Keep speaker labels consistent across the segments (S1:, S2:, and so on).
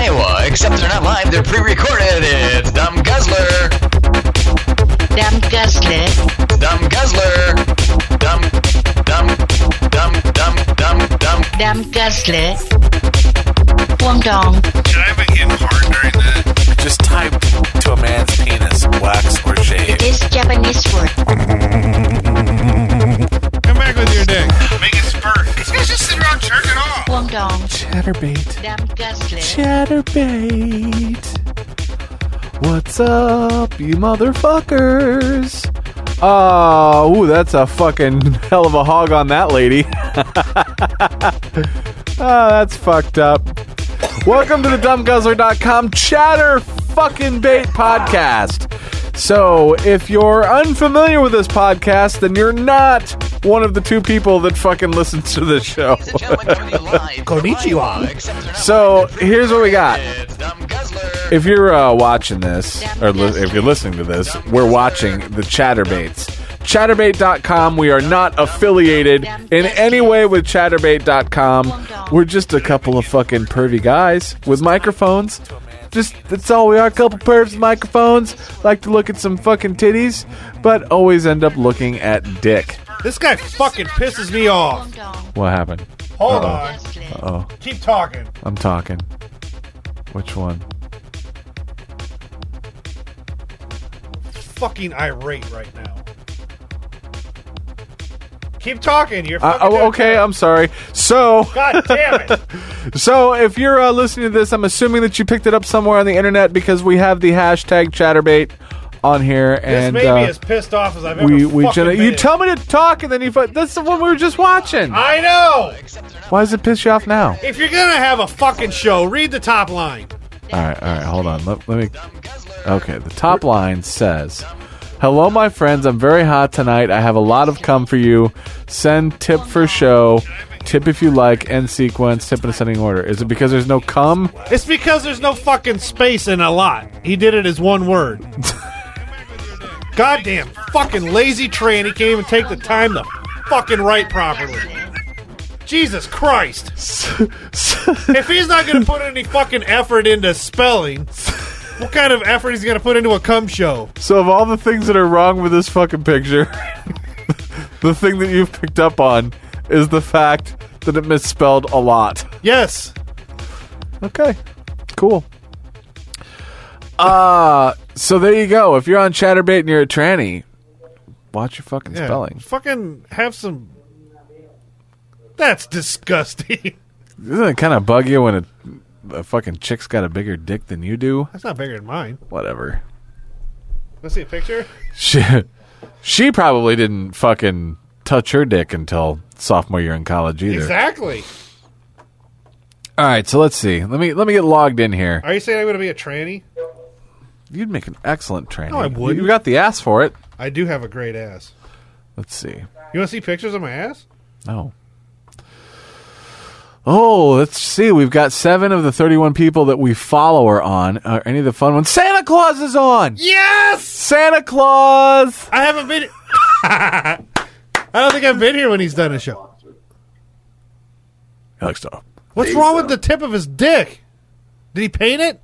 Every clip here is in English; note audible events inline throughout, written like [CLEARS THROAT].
S1: Except they're not live, they're pre-recorded. It's Dumb Guzzler.
S2: Dumb Guzzler.
S1: Dumb Guzzler. Dumb, dumb, dumb, dumb, dumb, dumb.
S2: Dumb Guzzler. Wong dong.
S3: Can I begin hard during that?
S4: Just type to a man's penis, wax or shave.
S2: It is Japanese word.
S5: Come back with your dick.
S3: Make it spurt. These guys just sit around jerking off.
S2: Wong dong.
S4: Chatterbait.
S2: Dumb Guzzler.
S4: Chatterbait. What's up, you motherfuckers? Oh, ooh, that's a fucking [LAUGHS] hell of a hog on that lady. [LAUGHS] Ah, that's fucked up. Welcome to the dumbguzzler.com chatter fucking bait podcast. So, if you're unfamiliar with this podcast, then you're not one of the two people that fucking listens to this show.
S1: Ladies and gentlemen, coming to you live. Konnichiwa. Except they're not
S4: So,
S1: live, they're
S4: here's what we got.
S1: pre-recorded. It's Dumb Guzzler.
S4: If you're uh, watching this, or li- if you're listening to this, we're watching the Chatterbaits. Chatterbait.com. We are not affiliated in any way with Chatterbait.com. We're just a couple of fucking pervy guys with microphones. Just that's all we are. A couple pervs, with microphones. Like to look at some fucking titties, but always end up looking at dick.
S5: This guy fucking pisses me off.
S2: Wong dong.
S4: What happened?
S5: Hold
S4: Uh-oh.
S5: on.
S2: Guzzler.
S4: Oh,
S5: Keep talking.
S4: I'm talking. Which one?
S5: Fucking irate right now. Keep talking. You're
S4: Uh,
S5: fucking.
S4: oh,
S5: doing
S4: okay.
S5: good.
S4: I'm sorry. So.
S5: God
S4: [LAUGHS]
S5: damn it.
S4: So, if you're uh, listening to this, I'm assuming that you picked it up somewhere on the internet because we have the hashtag ChatterBait on here,
S5: This
S4: and
S5: made me
S4: uh,
S5: as pissed off as I've ever
S4: we we
S5: fucking
S4: gener-
S5: been.
S4: you tell me to talk, and then you. Fu- that's the one we were just watching.
S5: I know.
S1: Except they're not
S4: Why does it piss you off now?
S5: If you're gonna have a fucking show, read the top line.
S4: All right, all right, hold on. Let, let me.
S1: Dumb Guzzler.
S4: Okay, the top line says, "Hello, my friends. I'm very hot tonight. I have a lot of cum for you. Send tip for show." Tip if you like, and sequence, tip in ascending order. Is it because there's no cum? [LAUGHS]
S5: It's because there's no fucking space in a lot. He did it as
S4: [LAUGHS]
S5: one word. Goddamn fucking lazy train. He can't even take the time to fucking write properly. Jesus Christ. If he's not going to put any fucking effort into spelling, what kind of effort he's going to put into a cum show?
S4: So of all the things that are wrong with this fucking picture, [LAUGHS] the thing that you've picked up on is the fact that it misspelled a lot.
S5: Yes.
S4: Okay. Cool. Uh so there you go. If you're on Chatterbait and you're a tranny, watch your fucking
S5: Yeah.
S4: spelling.
S5: Fucking have some. That's disgusting. [LAUGHS]
S4: Doesn't it kind of bug you when a, a fucking chick's got a bigger dick than you do?
S5: That's not bigger than mine.
S4: Whatever.
S5: Let's see a picture.
S4: She, [LAUGHS] she probably didn't fucking touch her dick until sophomore year in college either.
S5: Exactly.
S4: All right, so let's see. Let me let me get logged in here.
S5: Are you saying I'm going to be a tranny?
S4: You'd make an excellent trainer.
S5: No, I wouldn't.
S4: You, you got the ass for it.
S5: I do have a great ass.
S4: Let's see.
S5: You want to see pictures of my ass?
S4: No. Oh, let's see. We've got seven of the 31 people that we follow are on. Are any of the fun ones? Santa Claus is on!
S5: Yes!
S4: Santa Claus!
S5: I haven't been. [LAUGHS] I don't think I've been here when he's done a show.
S4: Alex, stop.
S5: What's wrong with the tip of his dick? Did he paint it?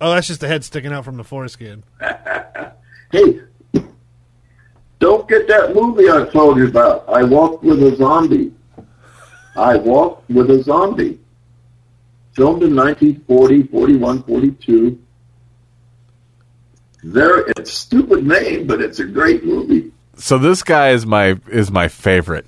S5: Oh, that's just the head sticking out from the foreskin.
S6: hey, don't get that movie I told you about. I walked with a zombie. I walked with a zombie. Filmed in 1940, 41, 42. There, it's a stupid name, but it's a great movie.
S4: So this guy is my is my favorite.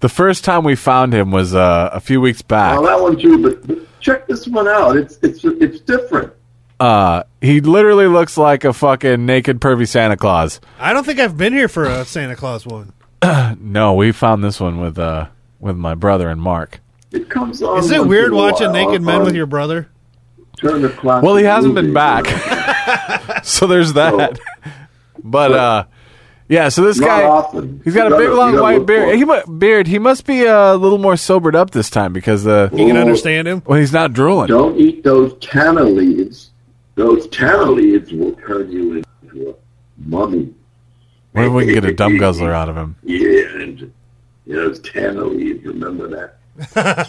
S4: The first time we found him was uh, a few weeks back.
S6: Well, that one too, but, but check this one out. It's it's it's different.
S4: Uh, he literally looks like a fucking naked pervy Santa Claus.
S5: I don't think I've been here for a Santa Claus one.
S4: No, we found this one with uh with my brother and Mark.
S6: It comes on.
S5: Is it
S6: once
S5: weird
S6: in a while
S5: watching naked
S6: on-
S5: men with
S6: on
S5: your brother?
S6: Turner Classic
S4: Well, he hasn't been
S6: Movies.
S4: back, [LAUGHS] so there's that. But uh, yeah, so this
S6: Not
S4: guy,
S6: often.
S4: he's got a
S6: You
S4: big long
S6: gotta- you gotta
S4: white
S6: look for
S4: beard.
S6: it.
S4: He mu- beard. He must be uh, a little more sobered up this time because uh,
S5: You can
S6: Oh.
S5: understand him. [LAUGHS]
S4: when he's not drooling.
S6: Don't eat those canna leaves. Those canna leaves will turn you into a mummy.
S4: Maybe we can get a dumb guzzler out of him.
S6: Yeah, and you know, those canna leaves. Remember that?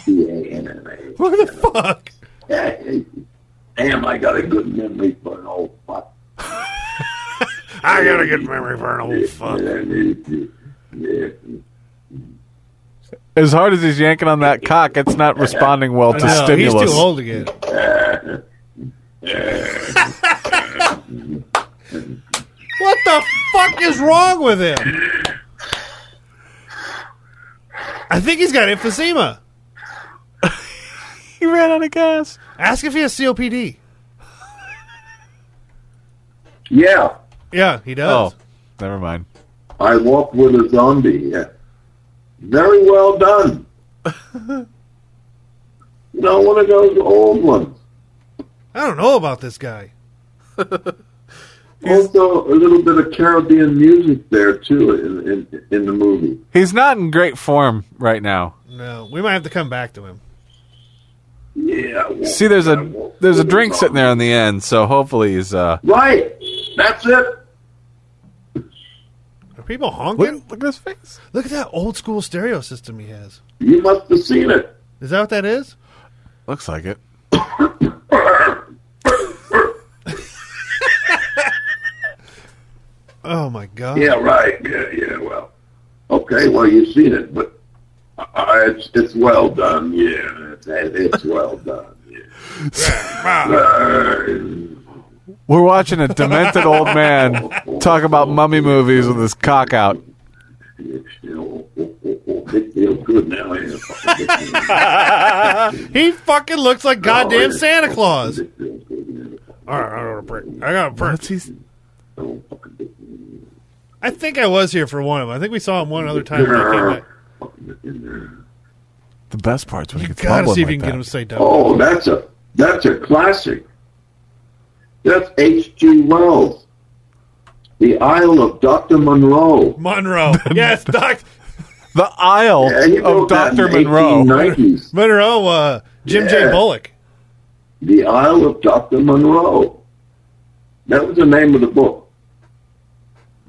S6: T A N N
S5: What the fuck?
S6: A. [LAUGHS] Damn, I got a good memory for an old fuck.
S5: I got a good memory for an old oh, fuck.
S6: Yeah.
S4: As hard as he's yanking on that cock, it's not responding well to
S5: No, he's
S4: stimulus.
S5: too old to get. [LAUGHS] what the fuck is wrong with him? I think he's got emphysema.
S4: He ran out of gas.
S5: Ask if he has COPD.
S6: yeah,
S5: Yeah, he does.
S4: Oh, never mind.
S6: I walked with a zombie. Yeah. Very well done. you know, one of those old ones.
S5: I don't know about this guy.
S6: Also, a little bit of Caribbean music there too in in, in the movie.
S4: He's not in great form right now.
S5: No, we might have to come back to him.
S6: Yeah. I walked-
S4: See, there's
S6: I
S4: a
S6: walked
S4: there's a
S6: with
S4: drink sitting
S6: zombie.
S4: there on the end, so hopefully he's uh.
S6: Right. That's it.
S5: Are people honking?
S4: Look, look at his face.
S5: Look at that old school stereo system he has.
S6: You must have seen it.
S5: Is that what that is?
S4: Looks like it.
S5: Oh my god.
S6: Yeah. Right. Yeah. Yeah. Well. Okay. Well, you've seen it, but uh, it's it's well done. Yeah. It's, it's well done. Yeah.
S4: [LAUGHS] We're watching a demented old man talk about mummy movies with his cock out.
S6: It feels good now. yeah.
S5: He fucking looks like goddamn
S6: Oh, yeah.
S5: Santa Claus.
S6: It feels good now.
S5: All right, I got a prick. I got a prick.
S6: Don't fucking dick me.
S5: I think I was here for one of them. I think we saw him one other time. When he came back.
S6: Fucking dick in there.
S4: The best part's when he gets
S5: Gotta
S4: bubbling
S5: see if
S4: like
S5: you can
S4: that.
S5: get him to say dumb.
S6: Oh, that's a that's a classic. That's H.G. Wells, The Isle of Doctor Monroe.
S4: [LAUGHS]
S5: Monroe. yes, Doc
S4: The Isle
S6: Yeah, he
S4: of
S6: wrote that
S4: Doctor
S6: in
S4: Monroe.
S6: 1890s.
S5: Monroe. Uh, Jim J.
S6: Yeah.
S5: Bullock.
S6: The Isle of Doctor Monroe. That was the name of the book.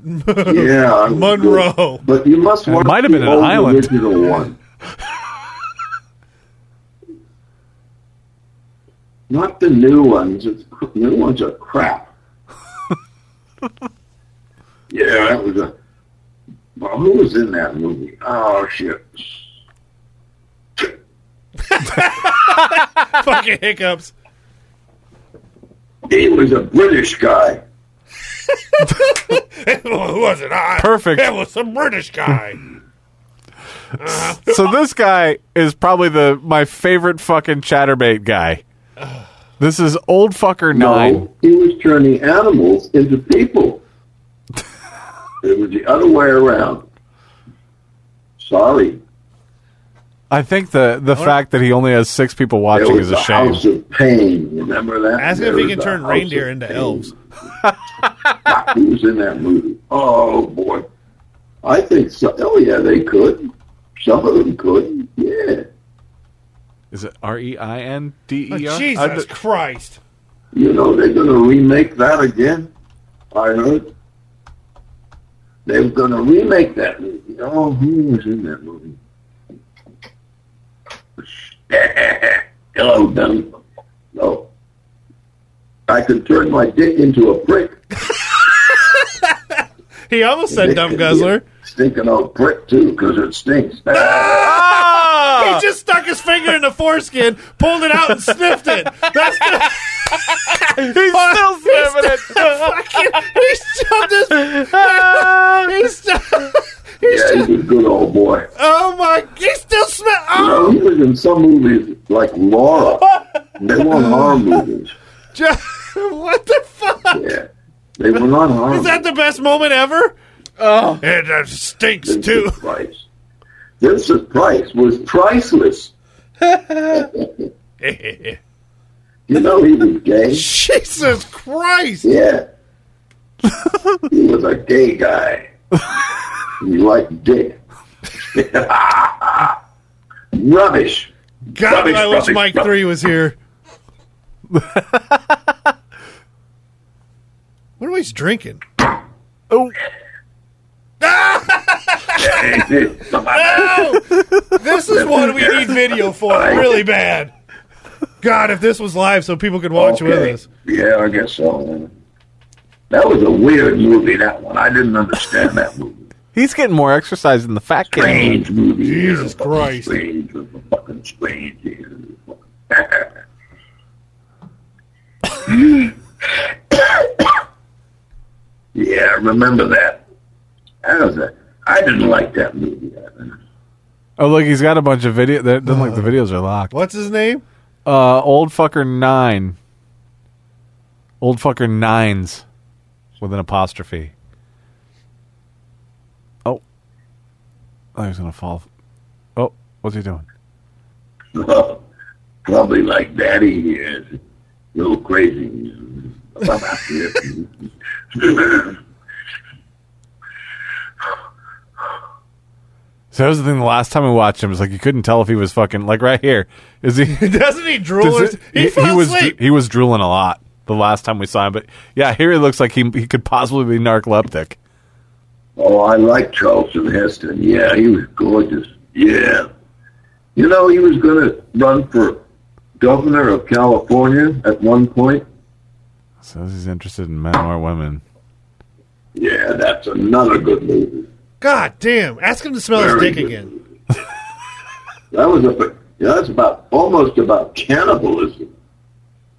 S6: yeah, I was
S5: Monroe.
S6: good. But you must watch
S4: might have
S6: the
S4: been an
S6: old
S4: island.
S6: original
S4: [LAUGHS]
S6: one. Not the new ones. It's, new ones
S4: [LAUGHS]
S6: are crap. yeah, that was a. Well, who was in that movie? Oh shit!
S5: fucking hiccups. [LAUGHS]
S6: He was a British guy.
S5: Who was it? I.
S4: Perfect.
S5: It was some
S4: [LAUGHS]
S5: British guy.
S4: So this guy is probably the my favorite fucking chatterbait guy. This is old fucker nine.
S6: No, he was turning animals
S5: [LAUGHS]
S6: into people. it was the other way around. Sorry.
S4: I think the the fact that he only has six people
S6: There
S4: watching
S6: was
S4: is a
S6: the
S4: shame.
S6: House of Pain. Remember that?
S5: Ask
S6: There
S5: him if he
S6: was
S5: can
S6: the
S5: turn
S6: House
S5: reindeer
S6: of
S5: into
S6: Pain. [LAUGHS]
S5: elves.
S6: Who was in that movie? Oh, boy. I think so. Oh, yeah, they could. Some of them could. Yeah.
S4: Is it R E I N D
S5: Oh,
S4: E R?
S5: Jesus
S4: I d-
S5: Christ.
S6: You know, they're going to remake that again. I heard. They're going to remake that movie. Oh, who was in that movie? [LAUGHS] Hello, dumb. No. I could turn my dick into a
S5: [LAUGHS]
S6: prick.
S5: He almost said
S6: Dick
S5: dumb
S6: could be a
S5: guzzler.
S6: Stinking old prick, too, because it stinks.
S5: [LAUGHS]
S4: Ah!
S5: He
S4: Uh.
S5: just stuck his finger in the foreskin, pulled it out, and sniffed it. That's the
S4: He's
S5: [LAUGHS]
S4: still sniffing it.
S5: fucking. He shoved
S4: [LAUGHS]
S5: his. He shoved. He
S6: yeah,
S5: shoved
S6: he's a good old boy.
S5: oh my! He still smell.
S6: You
S5: Oh,
S6: know, he was in some movies like
S5: [LAUGHS]
S6: Laura. They weren't horror movies.
S5: Jo- what the fuck?
S6: Yeah. They were not horror
S5: Is that the best moment ever? Oh, it uh, stinks too. [LAUGHS]
S6: Vincent Price. Vincent Price was priceless. You know he was gay.
S5: Jesus Christ!
S6: Yeah. he was a gay guy. he liked dick. [LAUGHS] Rubbish.
S5: God,
S6: Rubbish,
S5: I wish
S6: rubbish,
S5: Mike
S6: rubbish.
S5: Three
S4: [LAUGHS]
S5: was here. what are we drinking?
S4: Oh,
S5: This is one we need video for really bad. God, if this was live so people could watch
S6: Okay.
S5: with us.
S6: Yeah, I guess so. That was a weird movie. That one, I didn't understand that movie.
S4: He's getting more exercise than the fat kid.
S6: Strange movie.
S5: Jesus
S6: Fucking
S5: Christ.
S6: Strange, it was fucking strange. It was fucking- [COUGHS] yeah, I remember that. That was a. I didn't like that movie. [LAUGHS]
S4: Oh look, he's got a bunch of video. That doesn't like the videos are locked.
S5: What's his name? [LAUGHS]
S4: Uh, old fucker nine. Old fucker nines, with an apostrophe. Oh, I was gonna fall. Oh, what's he doing?
S6: Probably like Daddy is a little crazy. [LAUGHS] I'm out here.
S4: So that was the thing. The last time we watched him, it was like you couldn't tell if he was fucking like right here. Is he? [LAUGHS]
S5: Doesn't he drool?
S4: does it-
S5: he, fell
S4: was
S5: asleep.
S4: he was drooling a lot the last time we saw him, but yeah, here he looks like he he could possibly be narcoleptic.
S6: Oh, I like Charleston Heston. Yeah, he was gorgeous. Yeah. You know, he was going to run for governor of California at one point.
S4: Says he's interested in men or women.
S6: Yeah, that's another good movie.
S5: God damn. Ask him to smell his
S6: Very
S5: dick
S6: good.
S5: again.
S6: That was a, yeah, that's about, almost about cannibalism.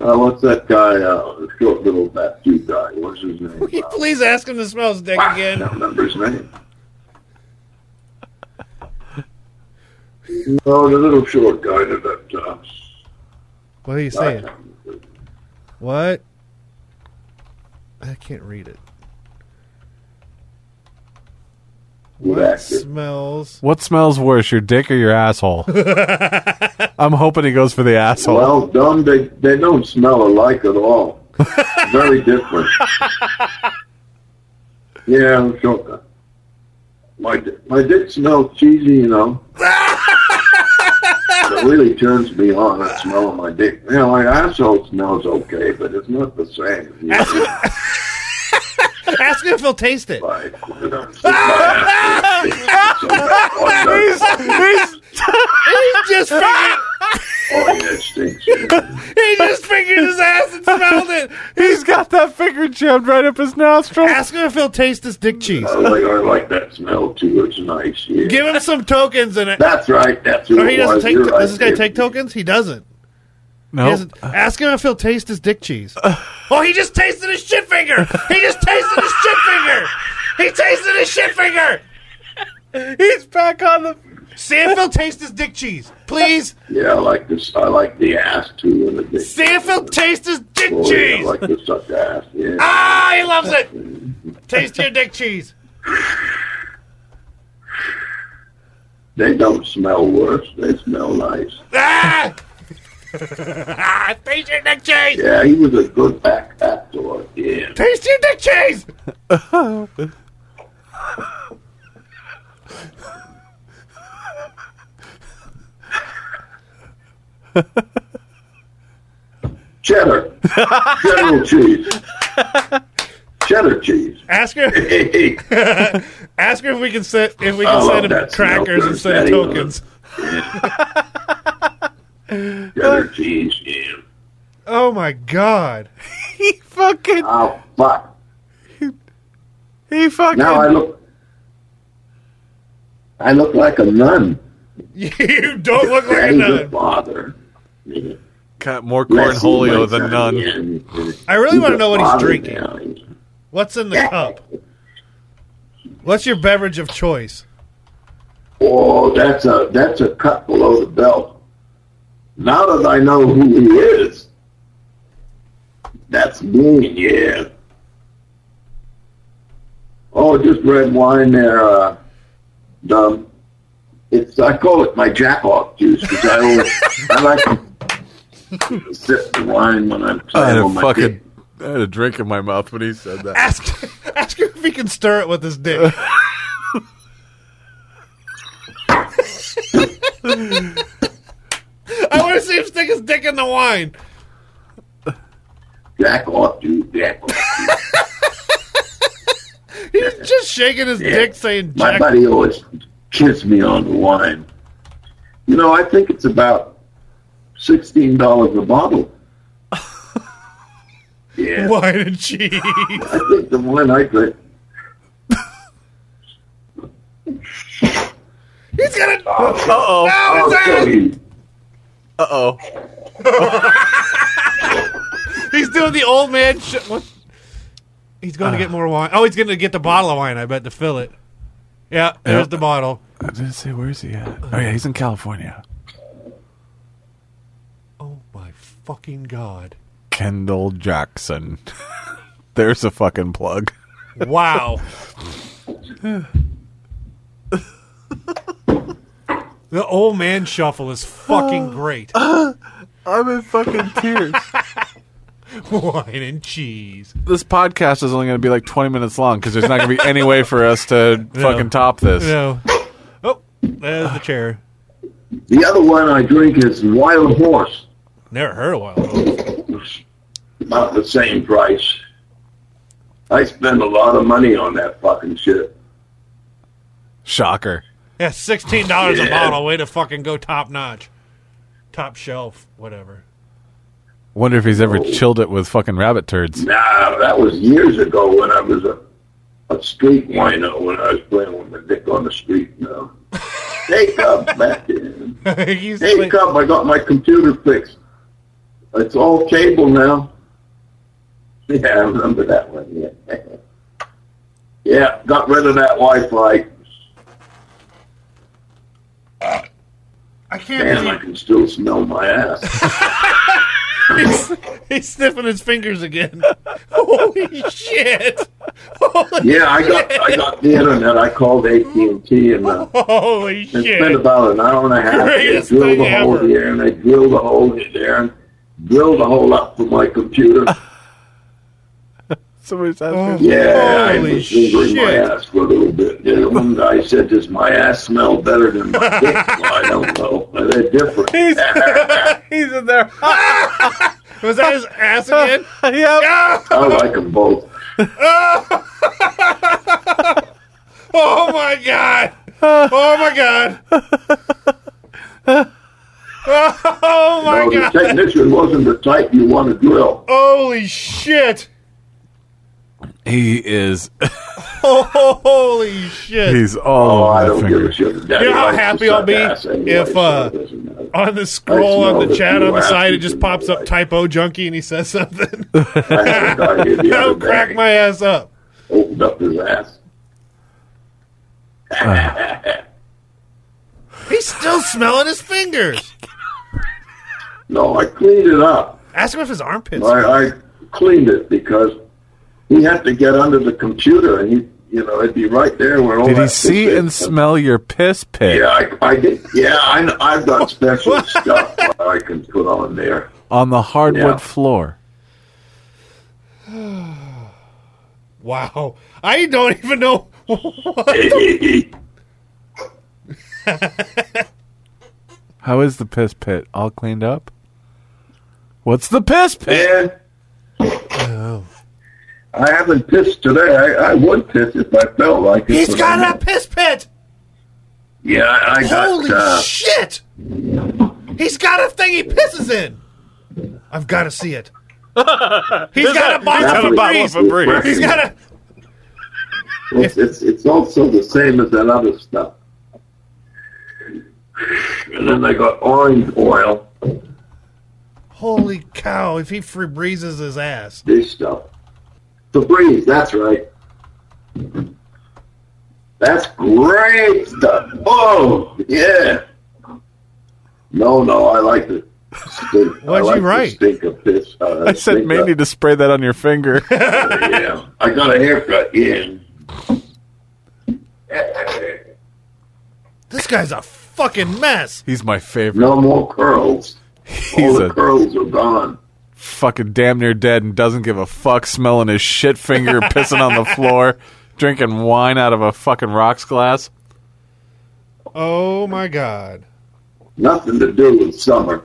S6: Uh, what's that guy, uh, the short little Matthew guy? What's his name?
S5: Will you please ask him to smell his dick
S6: I
S5: again?
S6: don't remember
S5: [LAUGHS]
S6: his name. Oh, the little short guy that, uh,
S5: What are you saying?
S6: um,
S5: What? I can't read it.
S6: Good
S5: What
S6: actor.
S5: smells?
S4: What smells worse, your dick or your [LAUGHS] asshole? I'm hoping he goes for the asshole. [LAUGHS]
S6: Well done. They they don't smell alike
S5: [LAUGHS]
S6: at all. Very different. yeah, I'm sure. My di- my dick smells cheesy, you
S5: [LAUGHS]
S6: know. it really turns me on. The smell of my dick. You know, my asshole smells okay, but it's not the same. You know,
S5: [LAUGHS] Ask him if he'll taste it.
S6: like, you know, it's my
S5: He just figured,
S6: asshole.
S5: he just figured his ass and smelled it.
S4: he's got that finger jammed right up his nostril.
S5: Ask him if he'll taste this dick cheese.
S6: I like, I like that smell too. It's nice. Yeah.
S5: Give him some tokens and it.
S6: That's right. That's who
S5: Or Oh, he
S6: it
S5: doesn't
S6: was.
S5: take.
S6: You're
S5: To-
S6: right.
S5: does this guy take tokens? He doesn't. He
S4: No,
S5: doesn't. Ask him if he'll taste his dick cheese. Oh, he just tasted his shit finger. He just tasted his shit finger. He tasted his shit finger.
S4: he's back on the.
S5: See if he'll taste his dick cheese, please.
S6: Yeah, I like this. I like the ass too. And the dick.
S5: See if he'll taste his dick
S6: Oh, yeah, I
S5: cheese.
S6: like the suck ass. Yeah.
S5: Ah, he loves it. Taste your dick cheese.
S6: They don't smell worse. They smell nice. [LAUGHS]
S5: Ah. ah taste your dick cheese.
S6: Yeah, he was a good back actor. Yeah.
S5: Taste your dick cheese. [LAUGHS]
S6: Cheddar. General cheese. Cheddar cheese. [LAUGHS]
S5: Ask her.
S6: Hey,
S5: Ask her if we can send if we
S6: I
S5: can
S6: love
S5: send him
S6: that
S5: crackers
S6: smell.
S5: instead of
S6: Daddy loves
S5: tokens.
S6: cheddar cheese. Yeah.
S5: Oh my god! [LAUGHS]
S4: He fucking.
S6: Oh fuck!
S4: He fucking.
S6: Now I look. I look like a nun.
S5: You don't look like a
S6: Daddy the
S5: nun.
S6: father. Yeah.
S4: got more
S6: Bless you,
S4: cornholio
S6: my
S4: than
S6: son.
S4: none.
S6: Yeah.
S5: I really
S6: He's
S5: want
S6: a
S5: to know what he's
S6: father
S5: drinking.
S6: now.
S5: What's in the cup? What's your beverage of choice?
S6: Oh, that's a that's a cut below the belt. Now that I know who he is, that's me, yeah. Oh, just red wine there, uh, dumb. It's I call it my jack off juice because I always I like to sip the wine when I'm
S4: I had
S6: playing
S4: a
S6: on my
S4: fucking.
S6: dick.
S4: I had a drink in my mouth when he said that.
S5: Ask [LAUGHS] ask her if he can stir it with his dick. [LAUGHS] I want to see him stick his dick in the wine.
S6: jack off juice, jack off.
S5: He's just shaking his dick, saying
S6: My
S5: "Jack."
S6: buddy always kissed me on the wine. You know, I think it's about sixteen dollars
S5: [LAUGHS]
S6: a bottle.
S5: [LAUGHS]
S6: yeah,
S5: Wine and cheese.
S6: I think the one I drink.
S5: He's gonna.
S4: Uh-oh.
S5: Oh,
S6: I'll
S5: he's
S6: tell
S5: out.
S6: you.
S4: Uh-oh.
S5: He's doing the old man. Sh- what? He's going to get more wine. Oh, he's going to get the bottle of wine. I bet to fill it. Yeah, there's
S4: Yep.
S5: the bottle.
S4: I didn't say where is he at. Oh yeah, he's in California.
S5: Oh my fucking god!
S4: Kendall Jackson. [LAUGHS] There's a fucking plug.
S5: Wow. the old man shuffle is fucking great. [LAUGHS]
S4: I'm in fucking tears.
S5: wine and cheese.
S4: this podcast is only going to be like 20 minutes long because there's not going to be any way for us [LAUGHS] to fucking top this.
S5: No. Oh, there's the chair.
S6: The other one I drink is Wild Horse,
S5: Never heard of wild.
S6: about the same price. I spend a lot of money on that fucking shit.
S4: Shocker.
S5: Yeah, sixteen dollars a
S6: Yeah.
S5: bottle. Way to fucking go top notch, top shelf, whatever. [LAUGHS]
S4: Wonder if he's ever
S6: Oh.
S4: chilled it with fucking rabbit turds.
S6: Nah, that was years ago when I was a, a street wino when I was playing with my dick on the street.
S5: [LAUGHS]
S6: Now, hey Cub, back in.
S5: He's
S6: Hey
S5: like-
S6: Cub, I got my computer fixed. It's all cable now. [LAUGHS] Yeah, I remember that one. Yeah, [LAUGHS] yeah, got rid of that Wi-Fi.
S5: I can't
S6: Damn, I
S5: believe
S6: can still smell my
S5: [LAUGHS]
S6: ass.
S5: he's, [LAUGHS] he's sniffing his fingers again. [LAUGHS] Holy shit! Holy,
S6: Yeah, I got I got the internet. I called AT and T and. Uh,
S5: holy
S6: and spent
S5: shit!
S6: about an hour and
S5: [LAUGHS]
S6: a half. They
S5: Greatest
S6: drilled
S5: thing
S6: a hole
S5: ever.
S6: here and they drilled a hole there and drilled a hole up for my computer.
S4: Somebody's asking.
S6: Yeah, I
S5: Holy
S6: was fingering my
S5: shit.
S6: ass for a little bit. And one guy said, "Does my ass smell better than my dick?" well, I don't know.
S5: [LAUGHS]
S6: They're different.
S4: He's, he's in there.
S5: Was that his ass again?
S4: Oh. [LAUGHS]
S5: [LAUGHS]
S4: yep.
S6: [LAUGHS] I like them both.
S5: Oh my god! Oh my god! Oh
S6: No,
S5: my
S6: the
S5: god!
S6: technician wasn't the type you want to drill.
S5: Holy shit!
S4: He is.
S5: Holy shit!
S4: He's all
S6: Oh, I
S4: over the
S6: don't give a
S4: fingers.
S6: shit. Daddy
S5: You know how
S6: likes to
S5: happy I'll
S6: suck
S5: be
S6: ass anyway,
S5: if,
S6: so
S5: uh,
S6: it doesn't matter.
S5: [LAUGHS] On the scroll
S6: I
S5: on the
S6: smell
S5: chat
S6: that
S5: on the
S6: you
S5: side, it
S6: ass
S5: just
S6: eating
S5: pops up
S6: right.
S5: typo junkie and he says
S6: [LAUGHS]
S5: something.
S6: I had a guy here the
S5: That'll
S6: other
S5: crack
S6: day.
S5: my ass up.
S6: opened up his ass.
S5: He's still smelling his fingers.
S6: No, I cleaned it up.
S5: Ask him if his armpits.
S6: I, I cleaned it because he had to get under the computer, and he, you know, it'd be right there where all
S4: Did
S6: that
S4: he see
S6: shit-
S4: and smell your piss pit
S6: Yeah, I, I did. Yeah, I, I've got special stuff I can put on there.
S4: on the hardwood
S6: Yeah.
S4: floor?
S5: Wow. I don't even know.
S4: How is the piss pit? All cleaned up? What's the piss pit?
S6: and I haven't pissed today. I, I would piss if I felt like it.
S5: He's
S6: but
S5: got
S6: I'm-
S5: a piss pit.
S6: Yeah, I I got.
S5: Holy
S6: uh,
S5: shit. He's got a thing he pisses in. I've got to see [LAUGHS] it. He's got a box
S6: got
S5: of
S6: a bottle of
S5: Febreze.
S6: Febreze.
S5: He's got a.
S6: It's, it's, it's also the same as that other stuff. And then they got orange oil,
S5: Holy cow. If he Febrezes his ass.
S6: this stuff. Febreze, that's right. That's great stuff. Oh, yeah. No, no, I like the stink.
S5: What'd
S6: I
S5: you
S6: like the
S5: write?
S6: stink of piss. Uh,
S4: I said
S6: stink
S4: maybe
S6: of-
S4: to spray that on your finger. [LAUGHS]
S6: yeah. I got a haircut in.
S5: This guy's a fucking mess.
S4: He's my favorite.
S6: No more curls.
S4: He's
S6: All the
S4: a
S6: curls are gone.
S4: fucking damn near dead and doesn't give a fuck smelling his shit
S5: [LAUGHS]
S4: finger pissing on the floor drinking wine out of a fucking rocks glass
S5: Oh my god.
S6: Nothing to do with summer.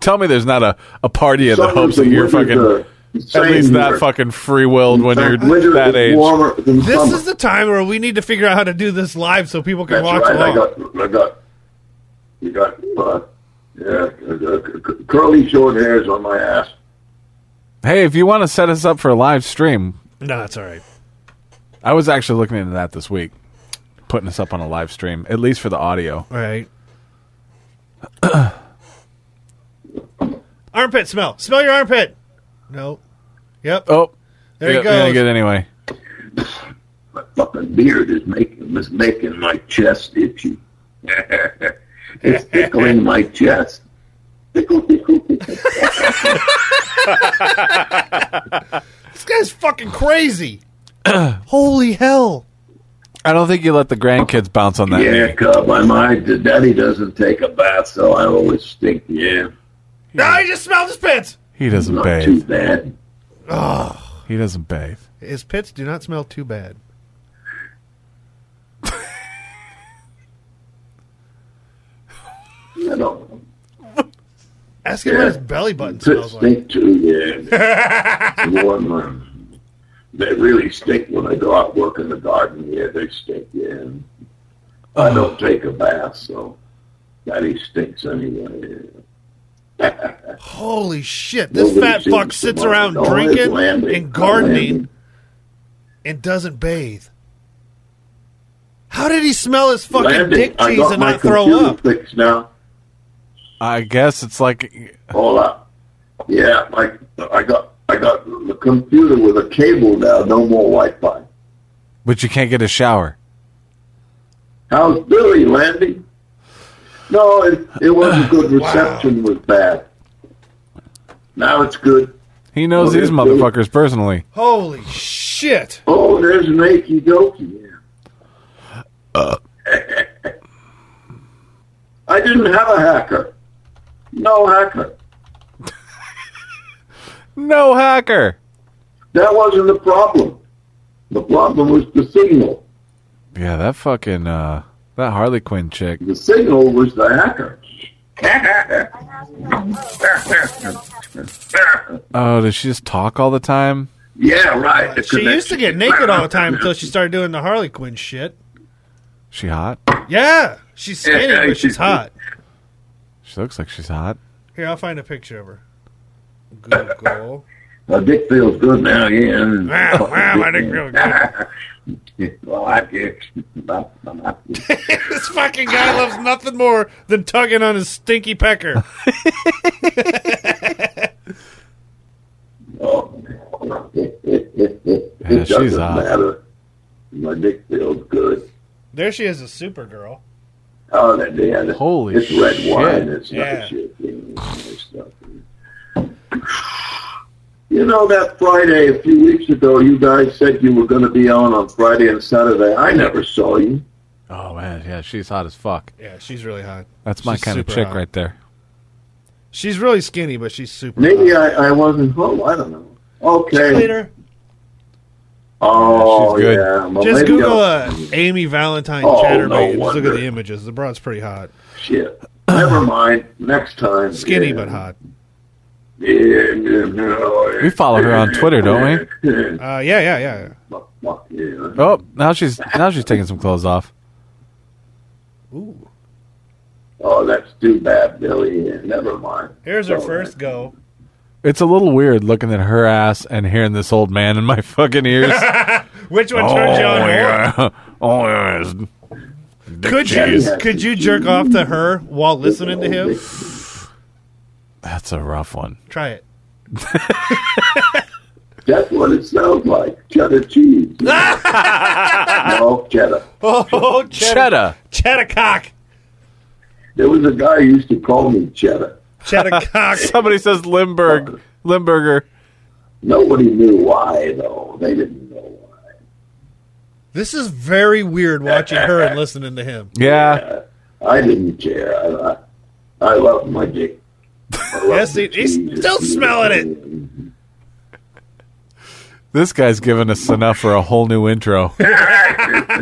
S4: tell me there's not a, a party in the hopes that you're fucking at least that fucking free willed when you're
S6: winter
S4: that
S6: is
S4: age
S6: Warmer than
S5: This
S6: summer.
S5: is the time where we need to figure out how to do this live so people can
S6: That's
S5: watch
S6: right.
S5: along.
S6: I got I got You got uh, yeah, uh, c- curly short hairs on my ass.
S4: Hey, if you want to set us up for a live stream,
S5: No, it's all right.
S4: I was actually looking into that this week, putting us up on a live stream, at least for the audio.
S5: All [CLEARS THROAT] right. armpit smell. Smell your armpit. No. Yep.
S4: Oh,
S5: there you
S4: yeah, yeah,
S5: go.
S4: Good anyway.
S6: My fucking beard is making is making my chest itchy. [LAUGHS] it's tickling my chest. Tickle, tickle, tickle.
S5: This guy's fucking
S6: [CLEARS THROAT]
S5: crazy. Holy hell.
S4: I don't think you let the grandkids bounce on that.
S6: Yeah, cub. I'm I. Daddy doesn't take a bath, so I always stink. Yeah,
S5: No, I just smelled his pits.
S4: He doesn't
S6: not
S4: bathe.
S6: too bad.
S4: He doesn't bathe.
S5: His pits do not smell too bad.
S6: I don't
S5: Ask him what his belly button smells like.
S6: stink too. Yeah,
S5: [LAUGHS]
S6: warm. um, They really stink when I go out work in the garden. Yeah, they stink. Yeah, I don't take a bath, so Daddy stinks anyway. yeah.
S5: Holy shit. [LAUGHS] This
S6: Nobody
S5: fat
S6: seems
S5: fuck
S6: to
S5: sits
S6: mind.
S5: around
S6: All his
S5: drinking
S6: lambing-
S5: and gardening.
S6: lambing.
S5: and doesn't bathe. How did he smell his fucking
S6: Landing.
S5: dick
S6: I
S5: cheese
S6: got
S5: and
S6: my
S5: not throw
S6: computer
S5: up?
S6: Fixed now.
S4: I guess it's like
S6: Hold up. Yeah, I, I got I got the computer with a cable now. No more Wi-Fi.
S4: but you can't get a shower.
S6: How's Billy, Landy? No, it, it
S5: [SIGHS]
S6: wasn't good. Reception was bad. Now it's good.
S4: He knows
S6: Well,
S4: these
S6: yeah,
S4: motherfuckers personally.
S5: Holy shit.
S6: Oh, there's an achy dokey. Yeah.
S5: Uh.
S6: [LAUGHS] I didn't have a hacker. No hacker.
S4: No hacker.
S6: That wasn't the problem. The problem was the signal.
S4: Yeah, that fucking uh that Harley Quinn chick.
S6: The signal was the hacker. [LAUGHS]
S4: Oh, does she just talk all the time?
S6: yeah, right. the
S5: She used to
S6: connection.
S5: get naked all the
S6: [LAUGHS]
S5: time until she started doing the Harley Quinn shit.
S4: She hot?
S5: Yeah, she's skinny,
S6: Yeah,
S5: but she's
S6: she's-
S5: hot.
S4: She looks like she's hot.
S5: Here, I'll find a picture of her. Google.
S6: My dick feels good now, yeah.
S5: [LAUGHS] Wow, wow, my dick
S6: [LAUGHS]
S5: feels
S6: good. well, [LAUGHS] I guess.
S5: [LAUGHS] this fucking guy loves nothing more than tugging on his stinky pecker.
S6: Oh.
S4: [LAUGHS] Yeah,
S6: it
S4: she's
S6: doesn't
S4: hot.
S6: matter. My dick feels good.
S5: There she is, a supergirl.
S6: Oh, that yeah, that-
S4: Holy
S6: It's red
S4: shit.
S6: wine. It's
S5: Yeah.
S6: not shit. you know, nice stuff. You know that Friday a few weeks ago, you guys said you were going to be on on Friday and Saturday. I never saw you.
S4: Oh man, yeah, she's hot as fuck.
S5: Yeah, she's really hot.
S4: That's my
S5: She's
S4: kind of
S5: super
S4: chick
S5: hot.
S4: right there.
S5: She's really skinny, but she's super
S6: Maybe
S4: Uh.
S5: hot.
S6: I, I wasn't home. I don't know. Okay.
S5: Later,
S6: Oh,
S4: She's good.
S6: yeah. Well,
S5: just
S6: maybe
S5: Google uh,
S6: I'll-
S5: Amy Valentine
S6: Oh,
S5: Chatterbait.
S6: no
S5: and just look at
S6: wonder.
S5: the images. The broad's pretty hot.
S6: Shit. Never mind. Next time.
S5: Skinny
S6: Yeah.
S5: but hot.
S6: Yeah, yeah, no,
S4: We follow her on Twitter, don't
S6: we?
S5: Uh, yeah, yeah, yeah.
S6: Yeah.
S4: [LAUGHS] Oh, now she's now she's taking some clothes off.
S5: Ooh.
S6: Oh, that's too bad, Billy. Yeah, never mind.
S5: Here's her
S6: All right.
S5: first go.
S4: It's a little weird looking at her ass and hearing this old man in my [LAUGHS] fucking ears.
S5: Which one [LAUGHS] turns you on more?
S4: Oh yeah. [LAUGHS] it's dick
S5: Could
S4: cheese.
S5: you could you jerk off to her while listening to him?
S4: That's a rough one.
S5: Try it.
S6: That's what it sounds like.
S5: [LAUGHS]
S6: Cheddar cheese. no, cheddar.
S5: [LAUGHS] Oh, cheddar,
S4: Cheddar.
S5: cheddar
S4: [LAUGHS]
S5: cock,
S6: There was a guy who used to call me cheddar.
S5: cheddar cock.
S4: Somebody says Limburg. Limburger.
S6: Nobody knew why, though. They didn't know why.
S5: This is very weird watching her and listening to him.
S4: Yeah.
S6: I didn't care. I, I, I love my dick. I love
S5: Yes,
S6: the
S5: he- he's
S6: cheese.
S5: still smelling it.
S4: This guy's giving us enough for a whole new intro.
S5: I